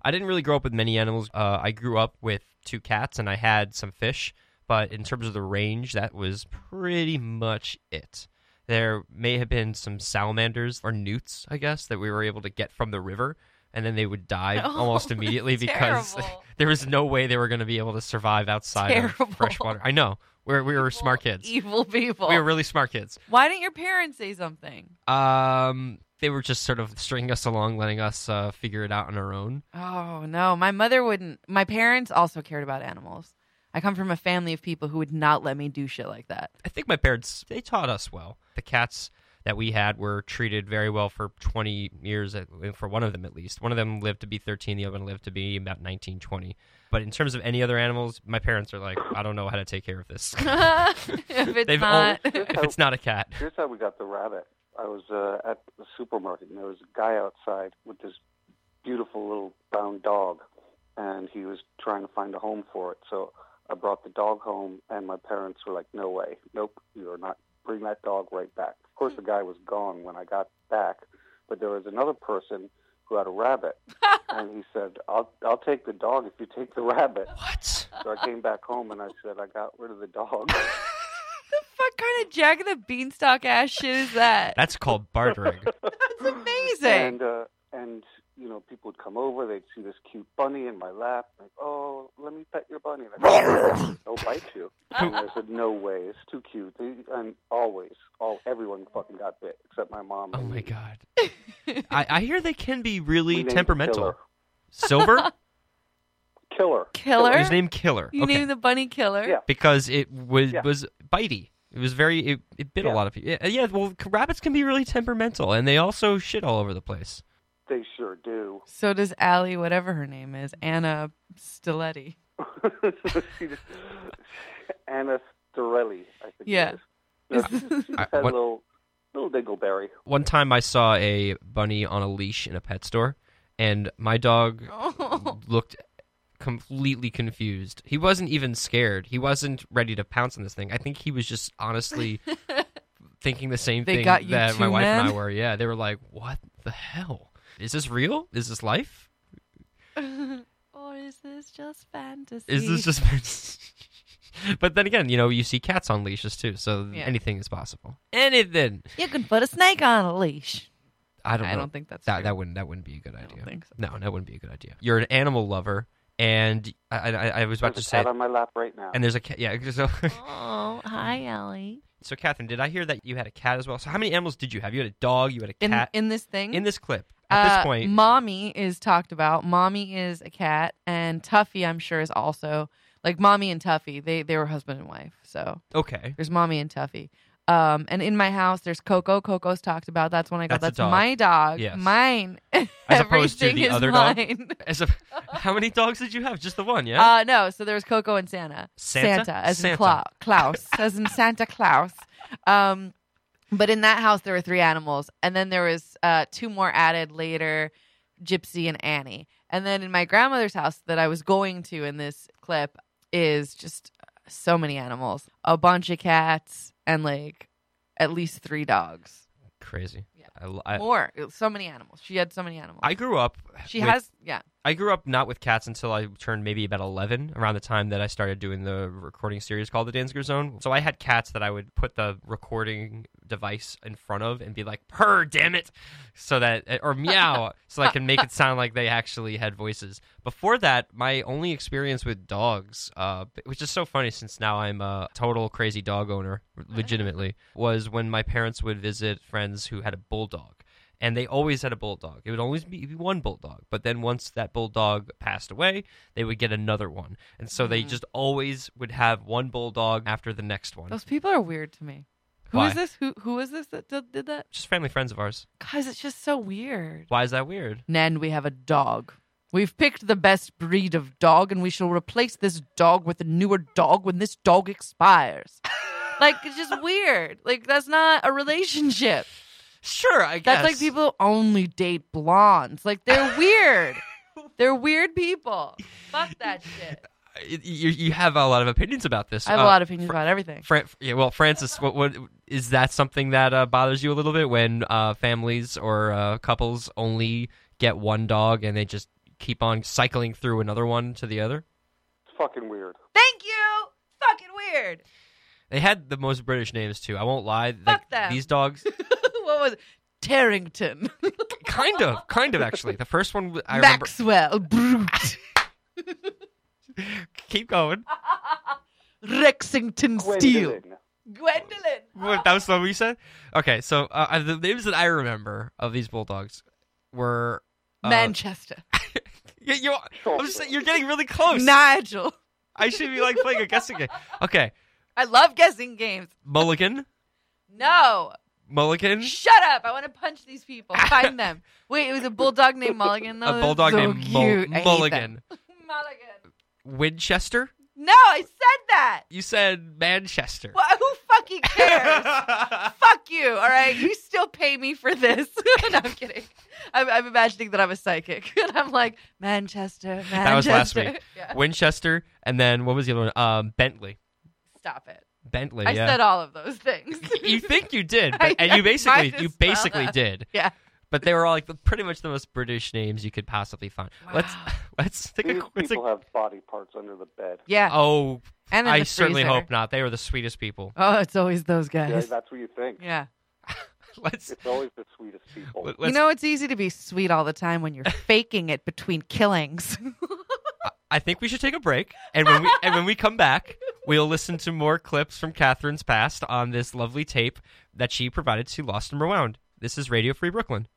Speaker 2: I didn't really grow up with many animals. Uh, I grew up with two cats and I had some fish, but in terms of the range, that was pretty much it. There may have been some salamanders or newts, I guess, that we were able to get from the river, and then they would die
Speaker 4: Oh,
Speaker 2: almost immediately because
Speaker 4: terrible.
Speaker 2: there was no way they were going to be able to survive outside
Speaker 4: Terrible.
Speaker 2: of fresh water. I know. We're, we were smart kids.
Speaker 4: Evil people.
Speaker 2: We were really smart kids.
Speaker 4: Why didn't your parents say something?
Speaker 2: Um, they were just sort of stringing us along, letting us uh, figure it out on our own.
Speaker 4: Oh no, my mother wouldn't. My parents also cared about animals. I come from a family of people who would not let me do shit like that.
Speaker 2: I think my parents they taught us well. The cats that we had were treated very well for 20 years at- eh, for one of them at least. One of them lived to be 13, the other one lived to be about 19, 20. But in terms of any other animals, my parents are like, I don't know how to take care of this.
Speaker 4: if it's
Speaker 2: They've all,
Speaker 4: not,
Speaker 2: if it's not a cat.
Speaker 5: Here's how we got the rabbit. I was uh, at the supermarket, and there was a guy outside with this beautiful little brown dog, and he was trying to find a home for it. So I brought the dog home, and my parents were like, "No way, nope, you are not. Bring that dog right back." Of course, the guy was gone when I got back, but there was another person who had a rabbit, and he said, "I'll I'll take the dog if you take the rabbit."
Speaker 2: What?
Speaker 5: So I came back home, and I said, "I got rid of the dog."
Speaker 4: the fuck kind of jack of the beanstalk ass shit is that?
Speaker 2: That's called bartering.
Speaker 4: That's amazing.
Speaker 5: And uh, and you know, people would come over. They'd see this cute bunny in my lap. Like, oh, let me pet your bunny. And I'd go, They'll bite you. And I said, no way, it's too cute. They- And always, all everyone fucking got bit except my mom.
Speaker 2: Oh
Speaker 5: and
Speaker 2: my
Speaker 5: me.
Speaker 2: god. I, I hear they can be
Speaker 5: We
Speaker 2: really
Speaker 5: named
Speaker 2: temperamental. Silver?
Speaker 5: Killer.
Speaker 4: Killer.
Speaker 2: His name Killer.
Speaker 4: You
Speaker 2: okay.
Speaker 4: named the bunny killer.
Speaker 5: Yeah.
Speaker 2: because it was
Speaker 5: Yeah.
Speaker 2: was bitey. It was very it, it bit a
Speaker 5: Yeah.
Speaker 2: lot of people. Yeah, yeah, well, c- rabbits can be really temperamental, and they also shit all over the place.
Speaker 5: They sure do.
Speaker 4: So does Allie, whatever her name is, Anna Stiletti.
Speaker 5: she just, Anna Storelli, I think. it
Speaker 4: Yeah.
Speaker 5: is. Yeah, she just- she just
Speaker 2: I-
Speaker 5: had a
Speaker 2: what-
Speaker 5: little little dingleberry.
Speaker 2: One time, I saw a bunny on a leash in a pet store, and my dog
Speaker 4: Oh.
Speaker 2: looked completely confused. He wasn't even scared. He wasn't ready to pounce on this thing. I think he was just honestly thinking the same
Speaker 4: They
Speaker 2: thing
Speaker 4: got you
Speaker 2: that my
Speaker 4: too,
Speaker 2: wife and I
Speaker 4: man.
Speaker 2: were. Yeah, they were like, "What the hell? Is this real? Is this life?
Speaker 4: or is this just fantasy?
Speaker 2: is this just but then again you know you see cats on leashes too so
Speaker 4: Yeah.
Speaker 2: anything is possible anything
Speaker 4: You can put a snake on a leash.
Speaker 2: i don't
Speaker 4: I
Speaker 2: know
Speaker 4: don't think that's
Speaker 2: that
Speaker 4: true.
Speaker 2: that wouldn't that wouldn't be a good idea
Speaker 4: don't think so.
Speaker 2: no that wouldn't be a good idea you're an animal lover and i i, I was about to
Speaker 5: There's a
Speaker 2: say
Speaker 5: cat on my lap right now.
Speaker 2: and there's a cat yeah so
Speaker 4: Oh, hi, Allie.
Speaker 2: so catherine did i hear that you had a cat as well so how many animals did you have you had a dog you had a
Speaker 4: In
Speaker 2: cat
Speaker 4: in this thing.
Speaker 2: in this clip at
Speaker 4: Uh,
Speaker 2: this point
Speaker 4: mommy is talked about. Mommy is a cat, and Tuffy, I'm sure, is also like mommy and Tuffy. They they were husband and wife. So
Speaker 2: okay
Speaker 4: there's mommy and Tuffy. Um, and in my house, there's Coco. Coco's talked about. That's when I got.
Speaker 2: That's
Speaker 4: That's,
Speaker 2: a dog.
Speaker 4: my dog.
Speaker 2: Yes.
Speaker 4: Mine.
Speaker 2: As opposed to
Speaker 4: Everything
Speaker 2: the
Speaker 4: is
Speaker 2: other dog?
Speaker 4: mine.
Speaker 2: as a, how many dogs did you have just the one yeah
Speaker 4: Uh, no. So there was Coco and Santa.
Speaker 2: Santa?
Speaker 4: as
Speaker 2: Santa.
Speaker 4: in Cla- Klaus, as in Santa Claus. Um, but in that house there were three animals, and then there was uh, two more added later, Gypsy and Annie. And then in my grandmother's house that I was going to in this clip is just so many animals, a bunch of cats, and like at least three dogs.
Speaker 2: crazy
Speaker 4: Yeah.
Speaker 2: I, I,
Speaker 4: More, so many animals. She had so many animals.
Speaker 2: Uh, I grew up
Speaker 4: she
Speaker 2: with-
Speaker 4: has, yeah.
Speaker 2: I grew up not with cats until I turned maybe about 11, around the time that I started doing the recording series called The Danziger Zone. So I had cats that I would put the recording device in front of and be like, purr, damn it, so that, eh, or meow, so I can make it sound like they actually had voices. Before that, my only experience with dogs, uh, which is so funny since now I'm a total crazy dog owner,
Speaker 4: Oh.
Speaker 2: legitimately, was when my parents would visit friends who had a bulldog and they always had a bulldog. It would always be be one bulldog, but then once that bulldog passed away, they would get another one, and so
Speaker 4: Mm.
Speaker 2: they just always would have one bulldog after the next one.
Speaker 4: Those people are weird to me. Who
Speaker 2: Why?
Speaker 4: is this? Who who is this that did, did that?
Speaker 2: Just family friends of ours.
Speaker 4: Guys, it's just so weird.
Speaker 2: Why is that weird?
Speaker 4: Nan, we have a dog. We've picked the best breed of dog, and we shall replace this dog with a newer dog when this dog expires. like it's just weird. Like that's not a relationship.
Speaker 2: Sure, I guess
Speaker 4: That's like people who only date blondes. Like they're weird. they're weird people. Fuck that shit.
Speaker 2: You, you have a lot of opinions about this.
Speaker 4: I have
Speaker 2: Uh,
Speaker 4: a lot of opinions about everything.
Speaker 2: Fran- yeah, well, Francis, what, what is that something that uh, bothers you a little bit when uh, families or uh, couples only get one dog and they just keep on cycling through another one to the other?
Speaker 5: It's fucking weird.
Speaker 4: Thank you. Fucking weird.
Speaker 2: They had the most British names too. I won't lie. Like,
Speaker 4: them.
Speaker 2: These dogs,
Speaker 4: what was it? Tarrington?
Speaker 2: kind of, kind of actually. The first one I remember.
Speaker 4: Maxwell. Brute.
Speaker 2: Keep going.
Speaker 4: Rexington Steel.
Speaker 5: Gwendolyn.
Speaker 4: Gwendolyn.
Speaker 2: What, that was what we said. Okay, so uh, uh, the names that I remember of these bulldogs were uh,
Speaker 4: Manchester.
Speaker 2: You, you, I'm just, saying, you're getting really
Speaker 4: Uh,
Speaker 2: close.
Speaker 4: Nigel.
Speaker 2: I should be like playing a guessing game. Okay,
Speaker 4: I love guessing games.
Speaker 2: Mulligan,
Speaker 4: No.
Speaker 2: Mulligan,
Speaker 4: Shut up. I want to punch these people. Find them. Wait, it was a bulldog named Mulligan, though.
Speaker 2: a bulldog
Speaker 4: so
Speaker 2: named Mul-
Speaker 4: cute. I hate
Speaker 2: Mulligan,
Speaker 4: that. Mulligan.
Speaker 2: Winchester.
Speaker 4: No, I said that.
Speaker 2: You said Manchester.
Speaker 4: Well, who fucking cares? Fuck you, all right? You still pay me for this. no, I'm kidding. I'm, I'm imagining that I'm a psychic. and I'm like, Manchester, Manchester.
Speaker 2: That was last week.
Speaker 4: Yeah.
Speaker 2: Winchester, and then what was the other one? Um, Bentley.
Speaker 4: Stop it.
Speaker 2: Bentley.
Speaker 4: I
Speaker 2: yeah.
Speaker 4: said all of those things.
Speaker 2: you think you did,
Speaker 4: I-
Speaker 2: but, and you
Speaker 4: I
Speaker 2: basically
Speaker 4: might as
Speaker 2: you
Speaker 4: well
Speaker 2: basically
Speaker 4: have.
Speaker 2: did.
Speaker 4: Yeah.
Speaker 2: But they were all like the, pretty much the most British names you could possibly find. Let's let's take
Speaker 5: These
Speaker 2: a quick.
Speaker 5: people have body parts under the bed.
Speaker 4: yeah.
Speaker 2: Oh,
Speaker 4: and in
Speaker 2: I
Speaker 4: the
Speaker 2: certainly
Speaker 4: freezer.
Speaker 2: hope not. They were the sweetest people.
Speaker 4: Oh, it's always those
Speaker 5: Yeah,
Speaker 4: guys.
Speaker 5: that's what you think.
Speaker 4: Yeah.
Speaker 2: Let's.
Speaker 5: It's always the sweetest people.
Speaker 2: let's
Speaker 4: You know, it's easy to be sweet all the time when you're faking it between killings.
Speaker 2: I think we should take a break, and when we and when we come back, we'll listen to more clips from Catherine's past on this lovely tape that she provided to Lost and Rewound. This is Radio Free Brooklyn.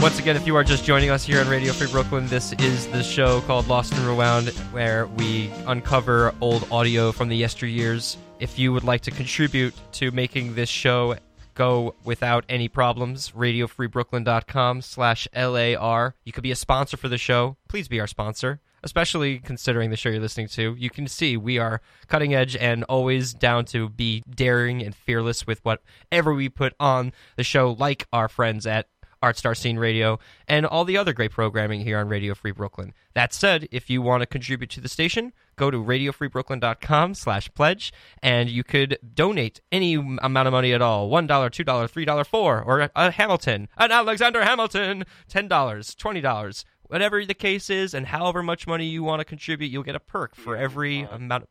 Speaker 2: Once again, if you are just joining us here on Radio Free Brooklyn, this is the show called Lost and Rewound, where we uncover old audio from the yesteryears. If you would like to contribute to making this show go without any problems, radiofreebrooklyn.com slash LAR. You could be a sponsor for the show. Please be our sponsor, especially considering the show you're listening to. You can see we are cutting edge and always down to be daring and fearless with whatever we put on the show, like our friends at Art Star Scene Radio, and all the other great programming here on Radio Free Brooklyn. That said, if you want to contribute to the station, go to radiofreebrooklyn.com slash pledge, and you could donate any amount of money at all, $1, $2, $3, 4 or a, a Hamilton, an Alexander Hamilton, $10, $20, whatever the case is, and however much money you want to contribute, you'll get a perk for every amount,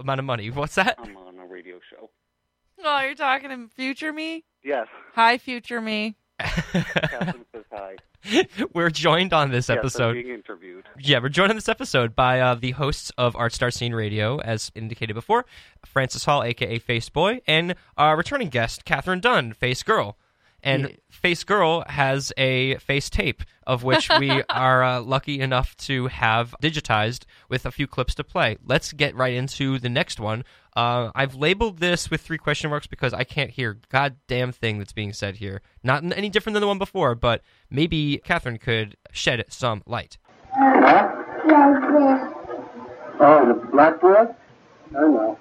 Speaker 2: amount of money. What's that?
Speaker 5: I'm on a radio show.
Speaker 4: oh, you're talking to future me?
Speaker 5: Yes,
Speaker 4: Hi, future me.
Speaker 5: Catherine says hi.
Speaker 2: We're joined on this
Speaker 5: Yes, I'm
Speaker 2: epised.
Speaker 5: being interviewed.
Speaker 2: Yeah, we're joined on this episode by uh, the hosts of Art Star Scene Radio, as indicated before, Francis Hall, aka Face Boy, and our returning guest, Catherine Dunn, Face Girl. And
Speaker 4: Yeah.
Speaker 2: Face Girl has a face tape, of which we are uh, lucky enough to have digitized with a few clips to play. Let's get right into the next one. Uh, I've labeled this with three question marks because I can't hear goddamn thing that's being said here. Not any different than the one before, but maybe Catherine could shed some light.
Speaker 7: Huh? Oh, the blackboard? I know.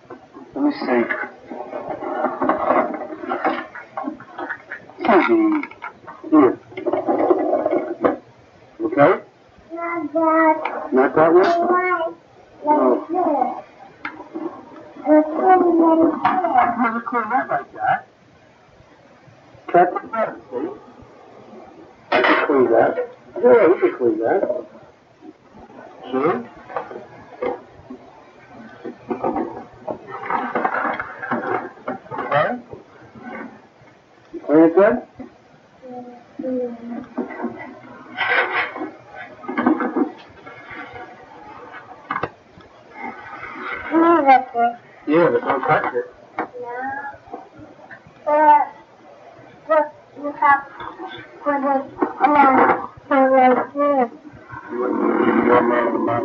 Speaker 7: Let me see. Maybe. Here. Okay? Not that one? Oh. Never could have like that. Cut the letter, see? I can clean that. Yeah, we can clean that. Sure? Huh? Are you good? Yeah, but don't touch it. You want- you want my- my-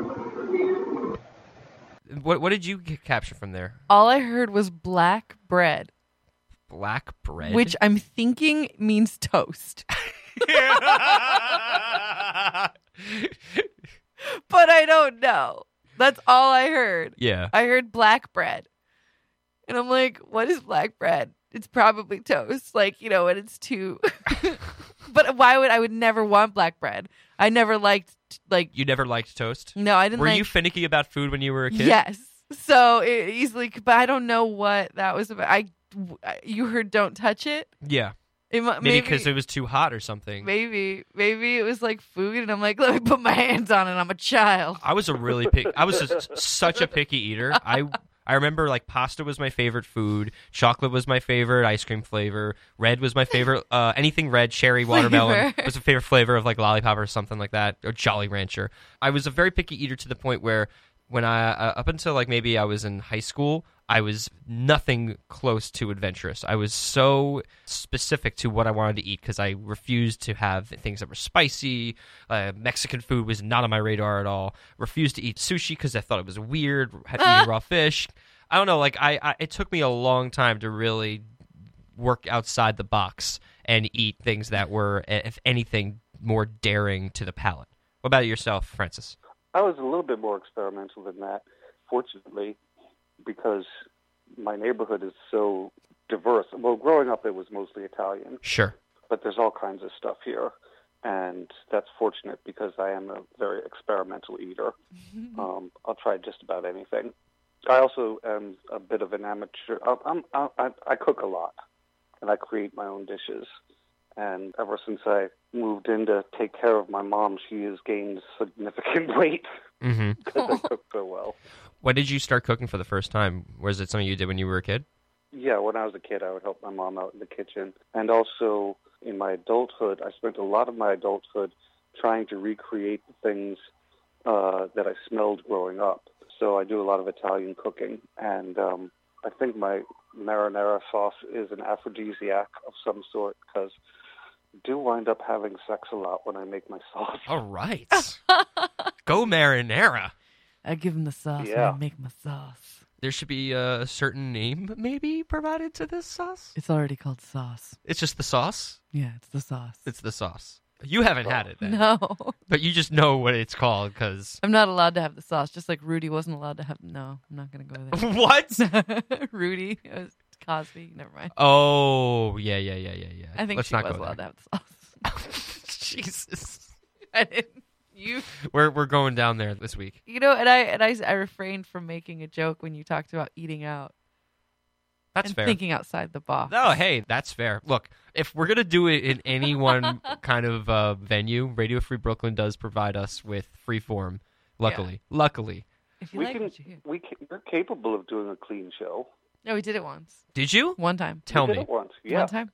Speaker 7: my-
Speaker 2: What, what did you c- capture from there?
Speaker 4: All I heard was black bread,
Speaker 2: Black bread?
Speaker 4: which I'm thinking means toast, but I don't know. That's all I heard.
Speaker 2: yeah.
Speaker 4: I heard black bread. And I'm like, what is black bread? It's probably toast. Like, you know, and it's too But why would I would never want black bread? I never liked like
Speaker 2: You never liked toast?
Speaker 4: no, I didn't
Speaker 2: Were
Speaker 4: like
Speaker 2: you finicky about food when you were a kid?
Speaker 4: Yes. So it easily c- but I don't know what that was about. I you heard don't touch it?
Speaker 2: Yeah.
Speaker 4: it mu-
Speaker 2: Maybe because it was too hot or something.
Speaker 4: Maybe, maybe it was like food, and I'm like, let me put my hands on it. I'm a child.
Speaker 2: I was a really pick. I was just such a picky eater. I I remember like pasta was my favorite food. Chocolate was my favorite ice cream flavor. Red was my favorite. Uh, anything red, cherry, watermelon
Speaker 4: Flavor.
Speaker 2: was a favorite flavor of like lollipop or something like that, or Jolly Rancher. I was a very picky eater to the point where when I uh, up until like maybe I was in high school, I was nothing close to adventurous. I was so specific to what I wanted to eat because I refused to have things that were spicy. Uh, Mexican food was not on my radar at all. Refused to eat sushi because I thought it was weird. Had to eat raw fish. I don't know. Like I, I, it took me a long time to really work outside the box and eat things that were, if anything, more daring to the palate. What about yourself, Francis?
Speaker 5: I was a little bit more experimental than that, fortunately, because my neighborhood is so diverse. Well, growing up, it was mostly Italian,
Speaker 2: Sure.
Speaker 5: but there's all kinds of stuff here. And that's fortunate because I am a very experimental eater. Um, I'll try just about anything. I also am a bit of an amateur. I, I'm, I, I- I cook a lot, and I create my own dishes. And ever since I moved in to take care of my mom, she has gained significant weight
Speaker 2: Mm-hmm.
Speaker 5: because I cook so well.
Speaker 2: When did you start cooking for the first time? Was it something you did when you were a kid?
Speaker 5: Yeah, when I was a kid, I would help my mom out in the kitchen. And also in my adulthood, I spent a lot of my adulthood trying to recreate the things uh, that I smelled growing up. So I do a lot of Italian cooking. And um, I think my marinara sauce is an aphrodisiac of some sort because I do wind up having sex a lot when I make my sauce.
Speaker 2: All right. Go marinara.
Speaker 4: I give him the sauce.
Speaker 5: and I Yeah.
Speaker 4: make my sauce.
Speaker 2: There should be a certain name maybe provided to this sauce.
Speaker 4: It's already called sauce.
Speaker 2: It's just the sauce.
Speaker 4: Yeah, it's the sauce.
Speaker 2: It's the sauce. You haven't had it then.
Speaker 4: no,
Speaker 2: But you just know what it's called because.
Speaker 4: I'm not allowed to have the sauce. Just like Rudy wasn't allowed to have. No, I'm not gonna go
Speaker 2: what?
Speaker 4: there. Rudy it was Cosby. Never mind.
Speaker 2: Oh, yeah, yeah, yeah, yeah, yeah.
Speaker 4: I think
Speaker 2: Let's
Speaker 4: she
Speaker 2: not
Speaker 4: was
Speaker 2: go
Speaker 4: allowed to
Speaker 2: there.
Speaker 4: have the sauce.
Speaker 2: Jesus.
Speaker 4: I didn't. You,
Speaker 2: We're, we're going down there this week.
Speaker 4: you know, and I and I, I refrained from making a joke when you talked about eating out
Speaker 2: That's
Speaker 4: and
Speaker 2: fair.
Speaker 4: thinking outside the box.
Speaker 2: Oh, hey, that's fair. Look, if we're gonna do it in any one kind of uh, venue, Radio Free Brooklyn does provide us with free form. Luckily, luckily,
Speaker 4: If you
Speaker 5: We
Speaker 4: like
Speaker 5: can,
Speaker 4: what you hear.
Speaker 5: we can, we're capable of doing a clean show.
Speaker 4: No, we did it once.
Speaker 2: did you
Speaker 4: One time.
Speaker 2: tell
Speaker 5: we did
Speaker 2: me
Speaker 5: it once. Yeah.
Speaker 4: One time.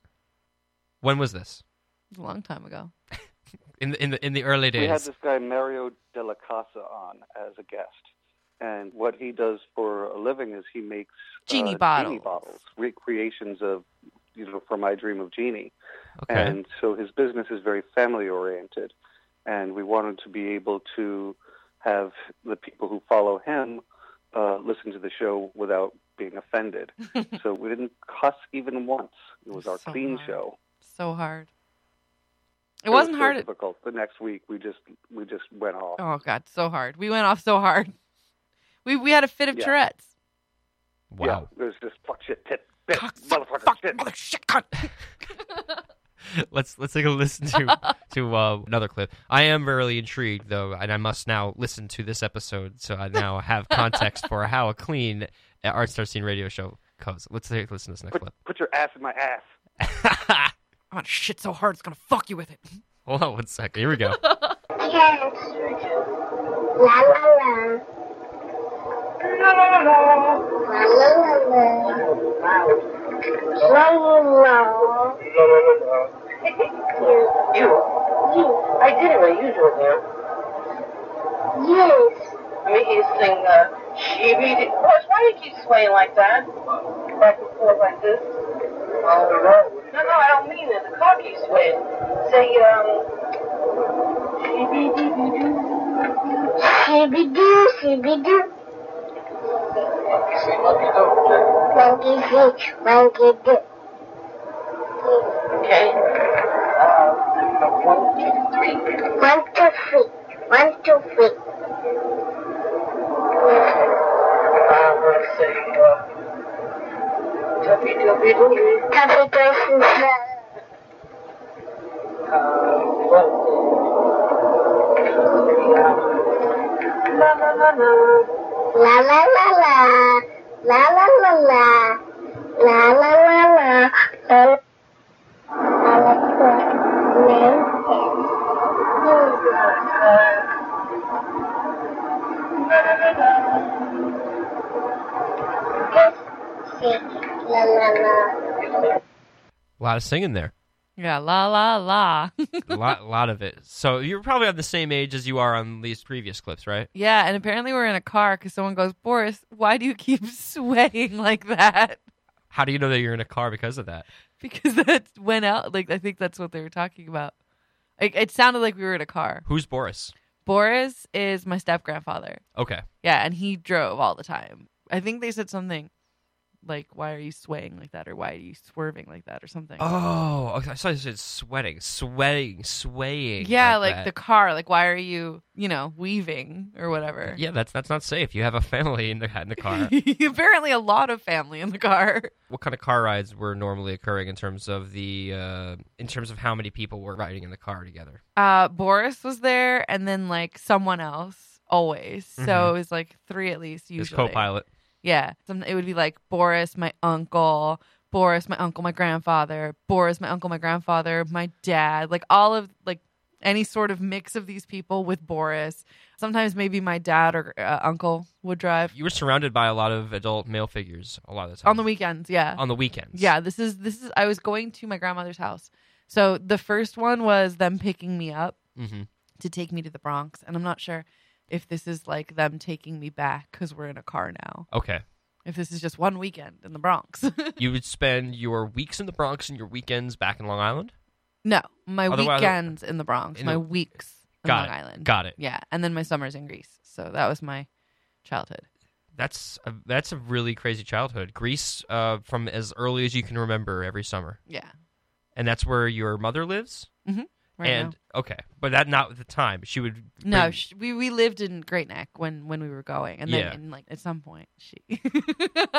Speaker 2: when was this?
Speaker 4: It was a long time ago.
Speaker 2: In the in the in the early
Speaker 5: We had
Speaker 2: days.
Speaker 5: this guy Mario Della Casa on as a guest, and what he does for a living is he makes
Speaker 4: Genie
Speaker 5: uh,
Speaker 4: bottles.
Speaker 5: genie bottles, recreations of you know, for My Dream of Jeannie.
Speaker 2: Okay.
Speaker 5: And so his business is very family oriented. And we wanted to be able to have the people who follow him uh, listen to the show without being offended. so we didn't cuss even once. It was our
Speaker 4: So
Speaker 5: clean
Speaker 4: hard.
Speaker 5: show.
Speaker 4: So hard. It wasn't
Speaker 5: was so
Speaker 4: hard. at-
Speaker 5: difficult. The next week we just we just went off.
Speaker 4: Oh God, so hard. We went off so hard. We we had a fit of
Speaker 5: Yeah.
Speaker 4: Tourette's.
Speaker 2: Wow.
Speaker 5: Yeah, it was just fuck shit, tit, bit,
Speaker 4: Cock, fuck,
Speaker 5: motherfucker,
Speaker 4: fuck,
Speaker 5: shit.
Speaker 4: mother shit, cunt.
Speaker 2: let's let's take a listen to to uh, another clip. I am really intrigued though, and I must now listen to this episode so I now have context for how a clean uh, Art Star Scene radio show goes. Let's take listen to this next
Speaker 5: Put, put your ass in my ass.
Speaker 2: clip.
Speaker 4: I want shit so hard it's gonna fuck you with it.
Speaker 2: Hold on one second. Here we go.
Speaker 8: Cat. La la la. La la la. La la la la. La la la. You. You. You. I did it. You do it now. Yes. Let me hear you sing, uh, she be the... Horse, why do you keep swaying like that? Back and forth like this? I don't know. No, no, I don't mean it. The car keeps swaying. Say, um... Scooby-Doo, Scooby-Doo. Monkey see, monkey do. Okay. One, two, three. One, two, three. One, two, three. Uh, let's see. Tubby, tubby, tubby. Tubby, tubby, Uh, one, La la la la. La la la la. La la la la. La la la la. La la La la la.
Speaker 2: A lot of singing there.
Speaker 4: Yeah, la la la.
Speaker 2: A lot, lot of it. So you're probably on the same age as you are on these previous clips, right?
Speaker 4: yeah, and apparently we're in a car because someone goes, Boris, why do you keep swaying like that?
Speaker 2: How do you know that you're in a car because of that?
Speaker 4: Because that went out. Like I think that's what they were talking about. Like it sounded like we were in a car.
Speaker 2: Who's Boris?
Speaker 4: Boris is my step grandfather.
Speaker 2: Okay.
Speaker 4: Yeah, and he drove all the time. I think they said something like, "Why are you swaying like that?" or "Why are you swerving like that?" or something.
Speaker 2: Oh, okay, I saw you said sweating, sweating, swaying.
Speaker 4: yeah,
Speaker 2: like,
Speaker 4: like,
Speaker 2: that.
Speaker 4: the car. Like, why are you, you know, weaving or whatever?
Speaker 2: Yeah, that's that's not safe. You have a family in the in the car.
Speaker 4: Apparently, a lot of family in the car.
Speaker 2: what kind of car rides were normally occurring in terms of the uh, in terms of how many people were riding in the car together?
Speaker 4: Uh, Boris was there, and then like someone else always. So
Speaker 2: Mhm.
Speaker 4: it was like three at least
Speaker 2: His
Speaker 4: usually.
Speaker 2: co-pilot.
Speaker 4: Yeah. Some, it would be like Boris, my uncle, Boris, my uncle, my grandfather, Boris, my uncle, my grandfather, my dad, like all of like any sort of mix of these people with Boris. Sometimes maybe my dad or uh, uncle would drive
Speaker 2: You were surrounded by a lot of adult male figures a lot of the time
Speaker 4: on the weekends. Yeah.
Speaker 2: on the weekends.
Speaker 4: Yeah, this is this is I was going to my grandmother's house. So the first one was them picking me up
Speaker 2: hmm
Speaker 4: to take me to the Bronx, and I'm not sure if this is like them taking me back cuz we're in a car now.
Speaker 2: Okay.
Speaker 4: If this is just one weekend in the Bronx.
Speaker 2: You would spend your weeks in the Bronx and your weekends back in Long Island.
Speaker 4: No, my
Speaker 2: Otherwise- uh,
Speaker 4: weekends in the Bronx,
Speaker 2: In
Speaker 4: my
Speaker 2: the-
Speaker 4: weeks in
Speaker 2: Got
Speaker 4: Long
Speaker 2: it.
Speaker 4: Island.
Speaker 2: Got it.
Speaker 4: Yeah, and then my summers in Greece. So that was my childhood.
Speaker 2: That's a, that's a really crazy childhood. Greece, uh, from as early as you can remember, every summer,
Speaker 4: Yeah,
Speaker 2: and that's where your mother lives.
Speaker 4: right
Speaker 2: and okay, but that not at the time. She would
Speaker 4: now. No,
Speaker 2: bring-
Speaker 4: sh we we lived in Great Neck when when we were going, and then
Speaker 2: Yeah.
Speaker 4: in, like at some point she.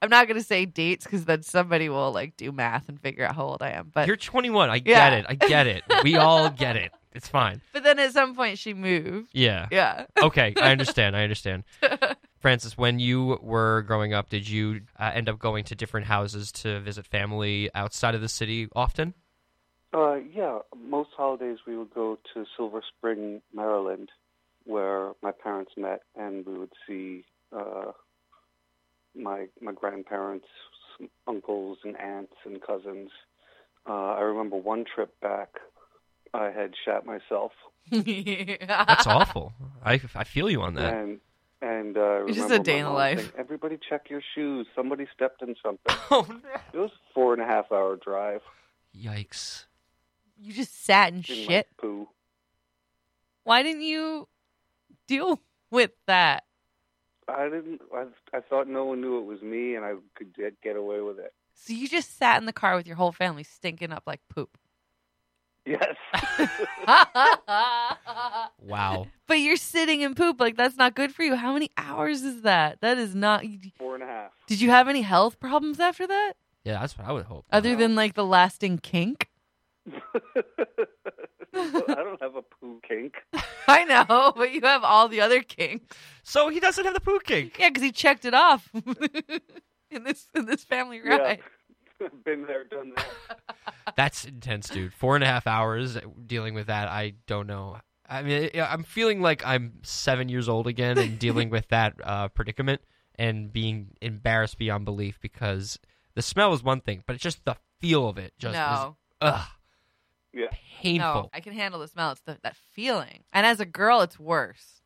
Speaker 4: I'm not gonna say dates because then somebody will like do math and figure out how old I am. But
Speaker 2: You're 21. I
Speaker 4: Yeah.
Speaker 2: get it. I get it. We all get it. It's fine.
Speaker 4: but then at some point she moved.
Speaker 2: Yeah.
Speaker 4: Yeah.
Speaker 2: Okay. I understand. I understand. Francis, when you were growing up, did you uh, end up going to different houses to visit family outside of the city often?
Speaker 5: Uh, yeah, most holidays we would go to Silver Spring, Maryland, where my parents met, and we would see uh, my my grandparents, some uncles and aunts and cousins. Uh, I remember one trip back, I had shat myself,
Speaker 2: That's awful. I, I feel you on that.
Speaker 5: and And uh,
Speaker 4: It's just
Speaker 5: remember
Speaker 4: a
Speaker 5: my
Speaker 4: day in the
Speaker 5: mom
Speaker 4: life.
Speaker 5: saying, Everybody, check your shoes. Somebody stepped in something.
Speaker 2: Oh no!
Speaker 5: It was a four and a half hour drive.
Speaker 2: Yikes!
Speaker 4: You just sat and
Speaker 5: Didn't like
Speaker 4: shit.
Speaker 5: poo.
Speaker 4: Why didn't you deal with that?
Speaker 5: I didn't. I, I thought no one knew it was me, and I could get, get away with it.
Speaker 4: So you just sat in the car with your whole family stinking up like poop.
Speaker 5: Yes.
Speaker 4: but
Speaker 2: Wow.
Speaker 4: you're sitting in poop like that's not good for you. How many hours is that? That is not
Speaker 5: Four and a half.
Speaker 4: Did you have any health problems after that?
Speaker 2: Yeah, that's what I would hope.
Speaker 4: Other than like the lasting kink?
Speaker 5: I don't have a poo kink.
Speaker 4: I know, but you have all the other kinks.
Speaker 2: so he doesn't have the poo kink.
Speaker 4: Yeah, because he checked it off in this in this family ride.
Speaker 5: Yeah. Been there, done that.
Speaker 2: That's intense, dude. Four and a half hours dealing with that. I don't know. I mean, I- I'm feeling like I'm seven years old again and dealing with that uh, predicament and being embarrassed beyond belief because the smell was one thing, but it's just the feel of it just was
Speaker 4: no,
Speaker 2: ugh,
Speaker 5: Yeah.
Speaker 2: painful.
Speaker 4: no, I can handle the smell. It's the, that feeling, and as a girl, it's worse.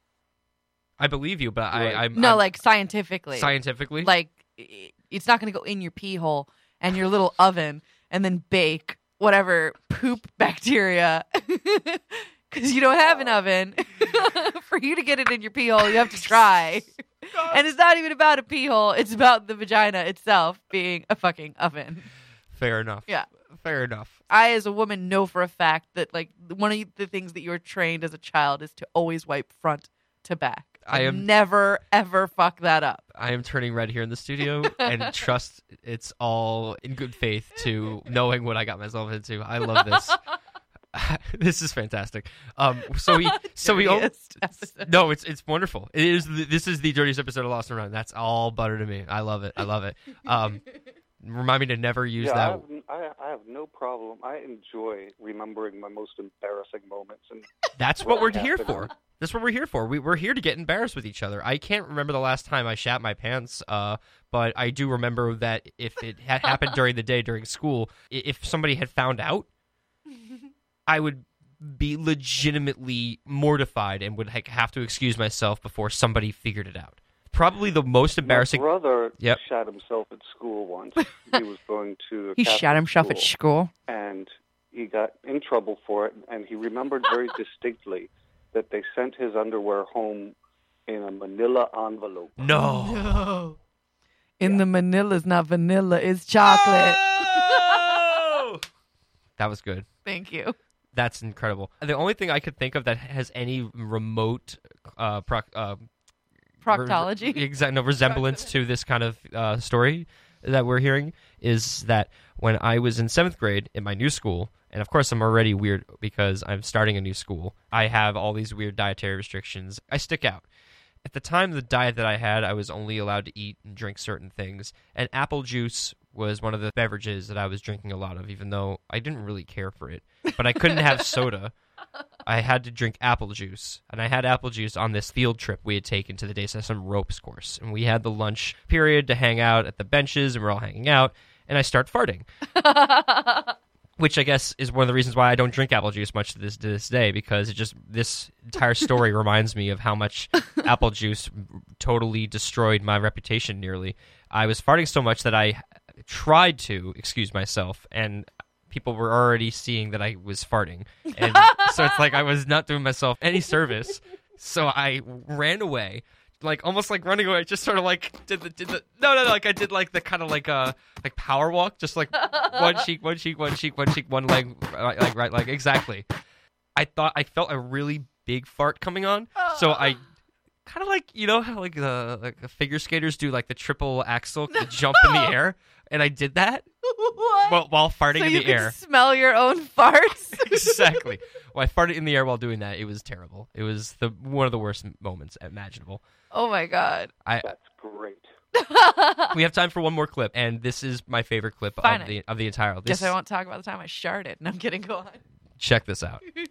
Speaker 2: I believe you, but I,
Speaker 5: Right.
Speaker 2: I'm
Speaker 4: No,
Speaker 2: I'm-
Speaker 4: like scientifically,
Speaker 2: scientifically,
Speaker 4: like i- it's not going to go in your pee hole and your little oven and then bake whatever poop bacteria because you don't have an oven for you to get it in your pee hole you have to try and it's not even about a pee hole it's about the vagina itself being a fucking oven
Speaker 2: fair enough.
Speaker 4: Yeah.
Speaker 2: fair enough.
Speaker 4: i as a woman know for a fact that like one of the things that you're trained as a child is to always wipe front to back
Speaker 2: I am-
Speaker 4: never ever fuck that up
Speaker 2: I am turning red here in the studio and trust it's all in good faith to knowing what I got myself into. I love this. this is fantastic. Um, so we, so we, all,
Speaker 4: Dirtiest episode.
Speaker 2: no, it's it's wonderful. It is the, this is the dirtiest episode of Lost and Run. That's all butter to me. I love it. I love it. Um, remind me to never use
Speaker 5: yeah, I,
Speaker 2: that.
Speaker 5: have, n- I, I have no problem. I enjoy remembering my most embarrassing moments, and
Speaker 2: That's what we're
Speaker 5: Yeah.
Speaker 2: here for. That's what we're here for. We, we're here to get embarrassed with each other. I can't remember the last time I shat my pants, uh, but I do remember that if it had happened during the day during school, i- if somebody had found out, I would be legitimately mortified and would like, have to excuse myself before somebody figured it out. Probably the most embarrassing.
Speaker 5: My brother
Speaker 2: Yep.
Speaker 5: shot himself at school once. he was going to. A
Speaker 4: he
Speaker 5: Catholic
Speaker 4: shot himself at
Speaker 5: school.
Speaker 4: school
Speaker 5: and he got in trouble for it. And he remembered very distinctly that they sent his underwear home in a manila envelope.
Speaker 2: No.
Speaker 4: In the Manila's not vanilla, it's chocolate.
Speaker 2: No! that was good.
Speaker 4: Thank you.
Speaker 2: That's incredible. The only thing I could think of that has any remote uh, proc uh,
Speaker 4: Proctology.
Speaker 2: exact no resemblance to this kind of uh, story that we're hearing is that when I was in seventh grade in my new school, and of course I'm already weird because I'm starting a new school. I have all these weird dietary restrictions. I stick out. At the time, the diet that I had, I was only allowed to eat and drink certain things, and apple juice was one of the beverages that I was drinking a lot of, even though I didn't really care for it. But I couldn't have soda. I had to drink apple juice, and I had apple juice on this field trip we had taken to the Daysesum ropes course, and we had the lunch period to hang out at the benches, and we're all hanging out, and I start farting, which I guess is one of the reasons why I don't drink apple juice much to this to this day because it just this entire story reminds me of how much apple juice totally destroyed my reputation. Nearly, I was farting so much that I tried to excuse myself and people were already seeing that I was farting. And so it's like I was not doing myself any service. So I ran away. Like almost like running away, just sort of like did the did the no no no like I did like the kind of like uh like power walk, just like one cheek, one cheek, one cheek, one cheek, one leg, right leg, right leg, exactly. I thought I felt a really big fart coming on, so I kind of like you know how like the like the figure skaters do like the triple axel the jump in the air, and I did that
Speaker 4: what?
Speaker 2: while, while farting
Speaker 4: so
Speaker 2: in
Speaker 4: you
Speaker 2: the
Speaker 4: could
Speaker 2: air.
Speaker 4: smell your own farts.
Speaker 2: exactly. Well, I farted in the air while doing that. It was terrible. It was the one of the worst moments imaginable.
Speaker 4: oh my god.
Speaker 2: I
Speaker 5: That's great.
Speaker 2: we have time for one more clip, and this is my favorite clip
Speaker 4: Fine.
Speaker 2: of the of the entire. This,
Speaker 4: Guess I won't talk about the time I sharted. No, I'm kidding. Go on.
Speaker 2: Check this out.
Speaker 8: Hey,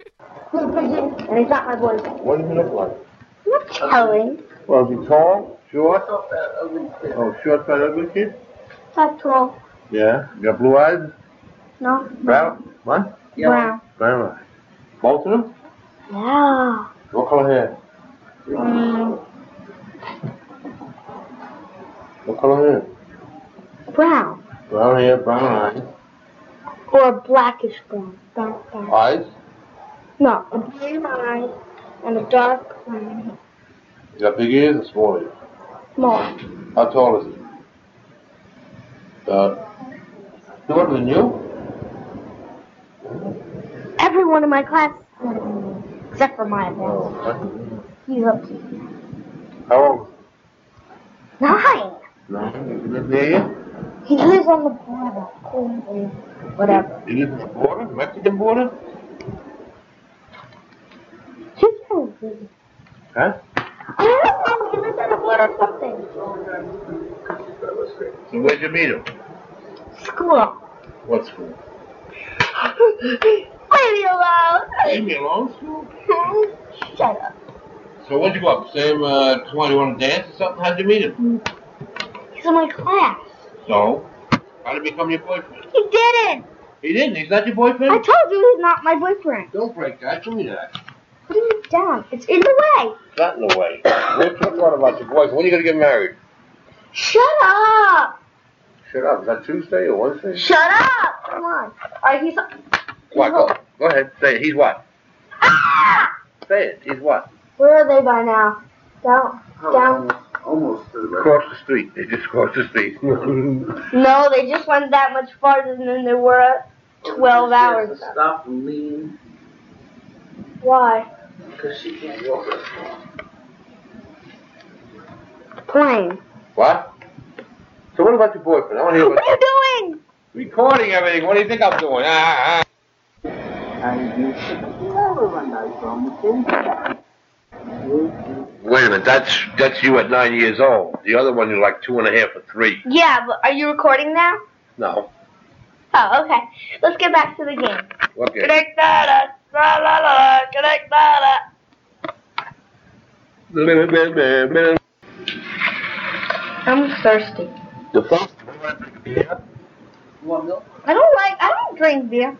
Speaker 8: Pigeon, and he's not my boy.
Speaker 7: What does he look like?
Speaker 8: Look, Kelly,
Speaker 7: Well, is he tall, short? Oh, short, fat, ugly kid?
Speaker 8: five twelve.
Speaker 7: Yeah. You got blue eyes?
Speaker 8: No,
Speaker 7: Brown? What?
Speaker 8: brown.
Speaker 7: Brown eyes. Both of them?
Speaker 8: Yeah.
Speaker 7: What color hair?
Speaker 8: Mm,
Speaker 7: What color is
Speaker 8: Brown.
Speaker 7: it? Brown hair, brown
Speaker 8: Or blackish brown. Dark brown.
Speaker 7: eyes. Eyes?
Speaker 8: No, a brown eye and a dark brown.
Speaker 7: You got big ears or small ears?
Speaker 8: More.
Speaker 7: How tall is he? Uh, he older than you?
Speaker 8: Everyone in my class, um, except for my
Speaker 7: Oh,
Speaker 8: one,
Speaker 7: okay.
Speaker 8: he's up to
Speaker 7: How old?
Speaker 8: nine.
Speaker 7: No, you live near you?
Speaker 8: He lives on the border, Queensland, whatever.
Speaker 7: You live on the border? Mexican border?
Speaker 8: He's crazy.
Speaker 7: Huh?
Speaker 8: I don't know. He lives on the border or something.
Speaker 7: So where'd you meet him?
Speaker 8: School.
Speaker 7: What school?
Speaker 8: Leave me alone.
Speaker 7: Leave me alone school?
Speaker 8: Shut up.
Speaker 7: So where'd you go up? Same, uh, somebody want to dance or something? How'd you meet him?
Speaker 8: Mm. He's in my class.
Speaker 7: So? How'd he become your boyfriend?
Speaker 8: He didn't.
Speaker 7: He didn't. He's not your
Speaker 8: I
Speaker 7: boyfriend?
Speaker 8: told you he's not my boyfriend.
Speaker 7: Don't break that. Give me that.
Speaker 8: Put him down. It's in the way.
Speaker 7: Not in the way. We're talking about your boyfriend. When are you going to get married?
Speaker 8: Shut up.
Speaker 7: Shut up. Is that Tuesday or Wednesday?
Speaker 8: Shut up. Come on. All right, he's.
Speaker 7: What? Go, go ahead. Say it. He's what?
Speaker 8: Ah!
Speaker 7: Say it. He's what?
Speaker 8: Where are they by now? Down.
Speaker 9: Oh.
Speaker 8: Down.
Speaker 9: Almost to the left.
Speaker 7: Across the street. They just crossed the street.
Speaker 8: No, they just went that much farther than they were. 12 hours.
Speaker 9: Stop leaning
Speaker 8: Why?
Speaker 9: because she can't walk us.
Speaker 8: Plane.
Speaker 7: what? So what about your boyfriend? I want to hear
Speaker 8: What
Speaker 7: about
Speaker 8: are you doing?
Speaker 7: recording everything. What do you think I'm doing? Ah, ah,
Speaker 9: And you should never run away from
Speaker 7: ah. Wait a minute. That's that's you at nine years old. The other one you're like two and a half or three.
Speaker 8: Yeah, but are you recording now?
Speaker 7: No.
Speaker 8: Oh, okay. Let's get back to the game.
Speaker 7: Okay.
Speaker 8: Connectada. La la la. Connectada.
Speaker 7: The
Speaker 8: I'm thirsty.
Speaker 7: phone.
Speaker 9: You want milk?
Speaker 8: I don't like. I don't drink beer.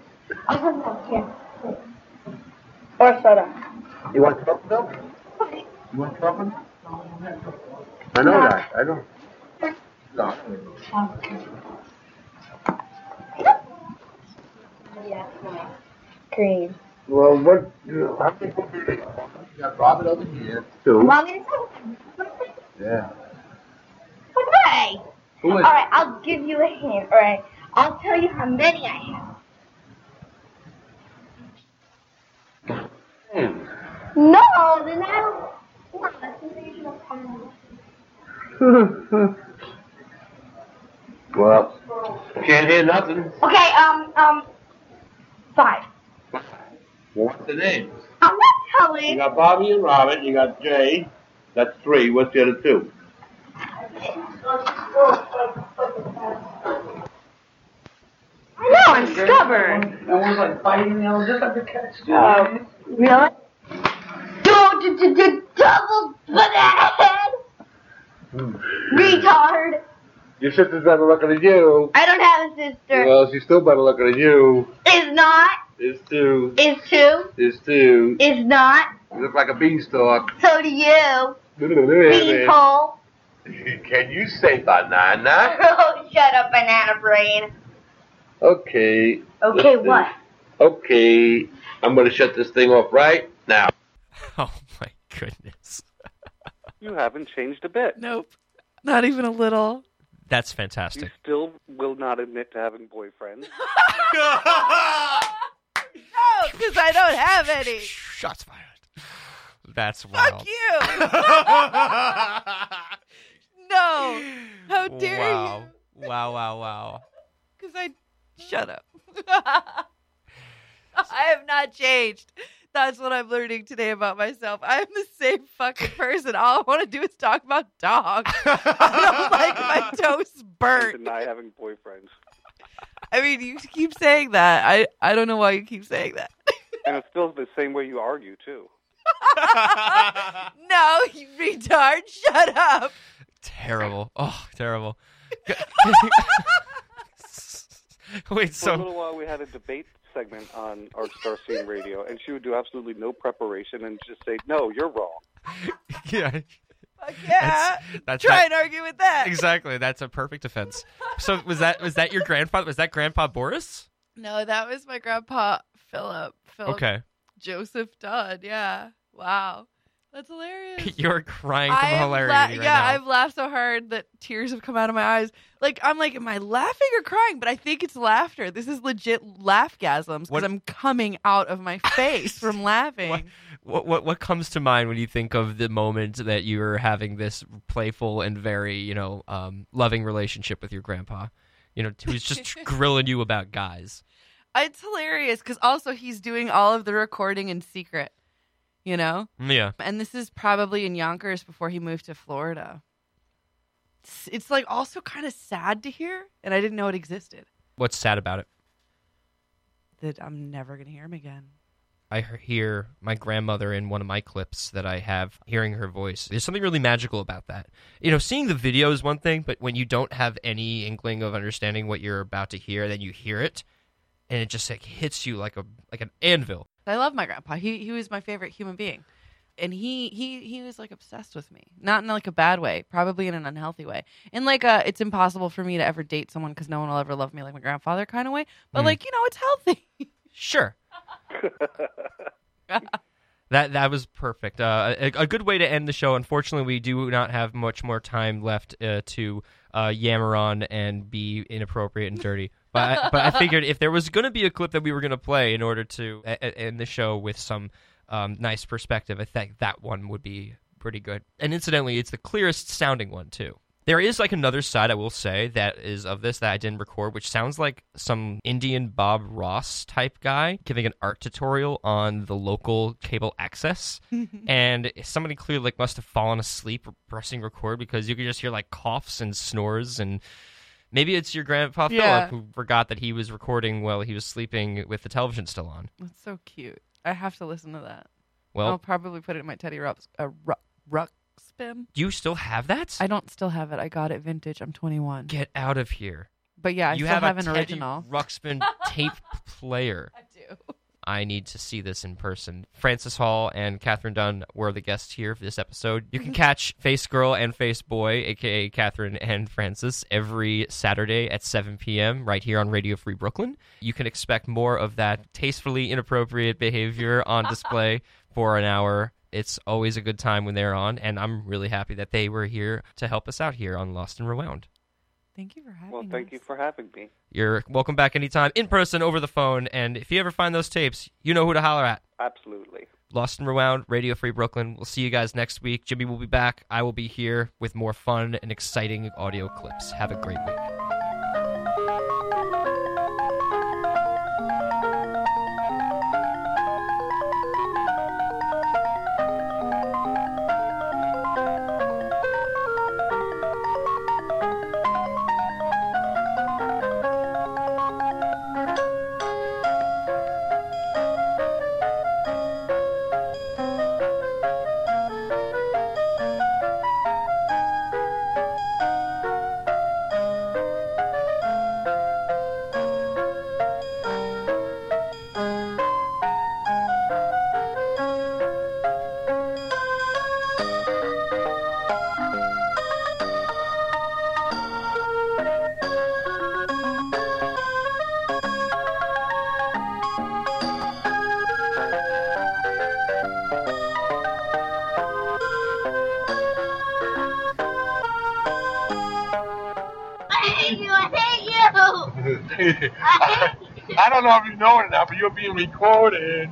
Speaker 8: I have no beer. Or soda.
Speaker 7: You want chocolate milk? You want chocolate milk? I know that. I don't. No.
Speaker 8: Yeah. Green.
Speaker 7: Well, what? How many people do you got Robert over here. Two.
Speaker 8: Want me to tell them?
Speaker 7: Yeah.
Speaker 8: Hooray!
Speaker 7: Who
Speaker 8: All
Speaker 7: is?
Speaker 8: right, I'll give you a hint. All right, I'll tell you how many I have. No, then I don't. No, that's an original problem.
Speaker 7: Well, can't hear nothing.
Speaker 8: Okay, um, um, five.
Speaker 7: What's the name?
Speaker 8: I'm not
Speaker 7: You
Speaker 8: telling.
Speaker 7: got Bobby and Robert. You got Jay. That's three. What's the other two?
Speaker 8: I know I'm stubborn.
Speaker 9: And one's like biting the other, just like the cats do.
Speaker 8: Oh, really? Do do do do double banana
Speaker 9: Hmm.
Speaker 8: retard.
Speaker 7: Your sister's better looking than you.
Speaker 8: I don't have a sister.
Speaker 7: Well, she's still better looking than you.
Speaker 8: Is not.
Speaker 7: It's two.
Speaker 8: Is two.
Speaker 7: It's two.
Speaker 8: Is not.
Speaker 7: You look like a beanstalk.
Speaker 8: So do you. People.
Speaker 7: Can you say banana?
Speaker 8: Oh, shut up, banana brain.
Speaker 7: Okay.
Speaker 8: Okay,
Speaker 7: Listen.
Speaker 8: what?
Speaker 7: Okay. I'm gonna shut this thing off right now.
Speaker 2: Oh my goodness.
Speaker 5: You haven't changed a bit.
Speaker 4: Nope. Not even a little.
Speaker 2: That's
Speaker 5: You
Speaker 2: fantastic.
Speaker 5: still will not admit to having boyfriends.
Speaker 4: No, because I don't have any.
Speaker 2: Shots fired. That's wild.
Speaker 4: Fuck you. No. How dare
Speaker 2: wow.
Speaker 4: you?
Speaker 2: Wow, wow, wow.
Speaker 4: Because I. Shut up. I have not changed. That's what I'm learning today about myself. I am the same fucking person. All I want to do is talk about dogs. I don't like my toes
Speaker 5: and
Speaker 4: burnt.
Speaker 5: deny having boyfriends.
Speaker 4: I mean, you keep saying that. I, I don't know why you keep saying that.
Speaker 5: And it's still the same way you argue, too.
Speaker 4: no, you retard. Shut up.
Speaker 2: Terrible. Oh, terrible. Wait,
Speaker 5: For
Speaker 2: so
Speaker 5: a little while, we had a debate segment on our Star Scene Radio, and she would do absolutely no preparation and just say, "No, you're wrong."
Speaker 2: yeah,
Speaker 4: Fuck yeah.
Speaker 2: that's
Speaker 4: Try
Speaker 2: that-
Speaker 4: and argue with that.
Speaker 2: Exactly. That's a perfect defense. So was that was that your grandfather? Was that Grandpa Boris?
Speaker 4: No, that was my grandpa Philip. Philip
Speaker 2: Okay.
Speaker 4: Joseph Dodd. Yeah. Wow. That's hilarious.
Speaker 2: You're crying from
Speaker 4: I've
Speaker 2: hilarity
Speaker 4: la-
Speaker 2: right
Speaker 4: yeah,
Speaker 2: now.
Speaker 4: I've laughed so hard that tears have come out of my eyes. Like I'm like, am I laughing or crying? But I think it's laughter. This is legit laughgasms because
Speaker 2: What-
Speaker 4: I'm coming out of my face from laughing.
Speaker 2: What- What, what what comes to mind when you think of the moment that you were having this playful and very you know um, loving relationship with your grandpa? You know, who's just grilling you about guys.
Speaker 4: It's hilarious because also he's doing all of the recording in secret. You know,
Speaker 2: Yeah.
Speaker 4: and this is probably in Yonkers before he moved to Florida. It's, it's like also kind of sad to hear, and I didn't know it existed.
Speaker 2: What's sad about it?
Speaker 4: That I'm never gonna hear him again.
Speaker 2: I he- hear my grandmother in one of my clips that I have hearing her voice. There's something really magical about that. You know, seeing the video is one thing, but when you don't have any inkling of understanding what you're about to hear, then you hear it and it just like hits you like a like an anvil.
Speaker 4: I love my grandpa. He he was my favorite human being. And he he he was like obsessed with me. Not in like a bad way, probably in an unhealthy way. In like a it's impossible for me to ever date someone cuz no one will ever love me like my grandfather kind of way. But
Speaker 2: Mm.
Speaker 4: like, you know, it's healthy.
Speaker 2: Sure. That that was perfect. Uh, a, a good way to end the show. Unfortunately, we do not have much more time left uh, to uh, yammer on and be inappropriate and dirty. But I, but I figured if there was going to be a clip that we were going to play in order to e- e- end the show with some um, nice perspective, I think that one would be pretty good. And incidentally, it's the clearest sounding one too. There is like another side I will say that is of this that I didn't record, which sounds like some Indian Bob Ross type guy giving an art tutorial on the local cable access. and somebody clearly like must have fallen asleep pressing record because you could just hear like coughs and snores and maybe it's your grandpa
Speaker 4: Yeah.
Speaker 2: Philip who forgot that he was recording while he was sleeping with the television still on.
Speaker 4: That's so cute. I have to listen to that.
Speaker 2: Well,
Speaker 4: I'll probably put it in my Teddy Rucks uh, Ruck, Ruck spin.
Speaker 2: do you still have that?
Speaker 4: I don't still have it. I got it vintage. I'm 21.
Speaker 2: Get out of here.
Speaker 4: But yeah, I
Speaker 2: you
Speaker 4: still have,
Speaker 2: a
Speaker 4: an
Speaker 2: Teddy
Speaker 4: original.
Speaker 2: Ruxpin tape player.
Speaker 4: I do.
Speaker 2: I need to see this in person. Francis Hall and Catherine Dunn were the guests here for this episode. You can catch Face Girl and Face Boy, aka Catherine and Francis, every Saturday at 7 p.m. right here on Radio Free Brooklyn. You can expect more of that tastefully inappropriate behavior on display for an hour. It's always a good time when they're on, and I'm really happy that they were here to help us out here on Lost and Rewound.
Speaker 4: Thank you for having me.
Speaker 5: Well, thank you for having me.
Speaker 2: You're welcome back anytime, in person, over the phone, and if you ever find those tapes, you know who to holler at.
Speaker 5: Absolutely.
Speaker 2: Lost and Rewound, Radio Free Brooklyn. We'll see you guys next week. Jimmy will be back. I will be here with more fun and exciting audio clips. Have a great week.
Speaker 10: I hate you. I hate you.
Speaker 9: I don't know if you know it or not, but you're being recorded.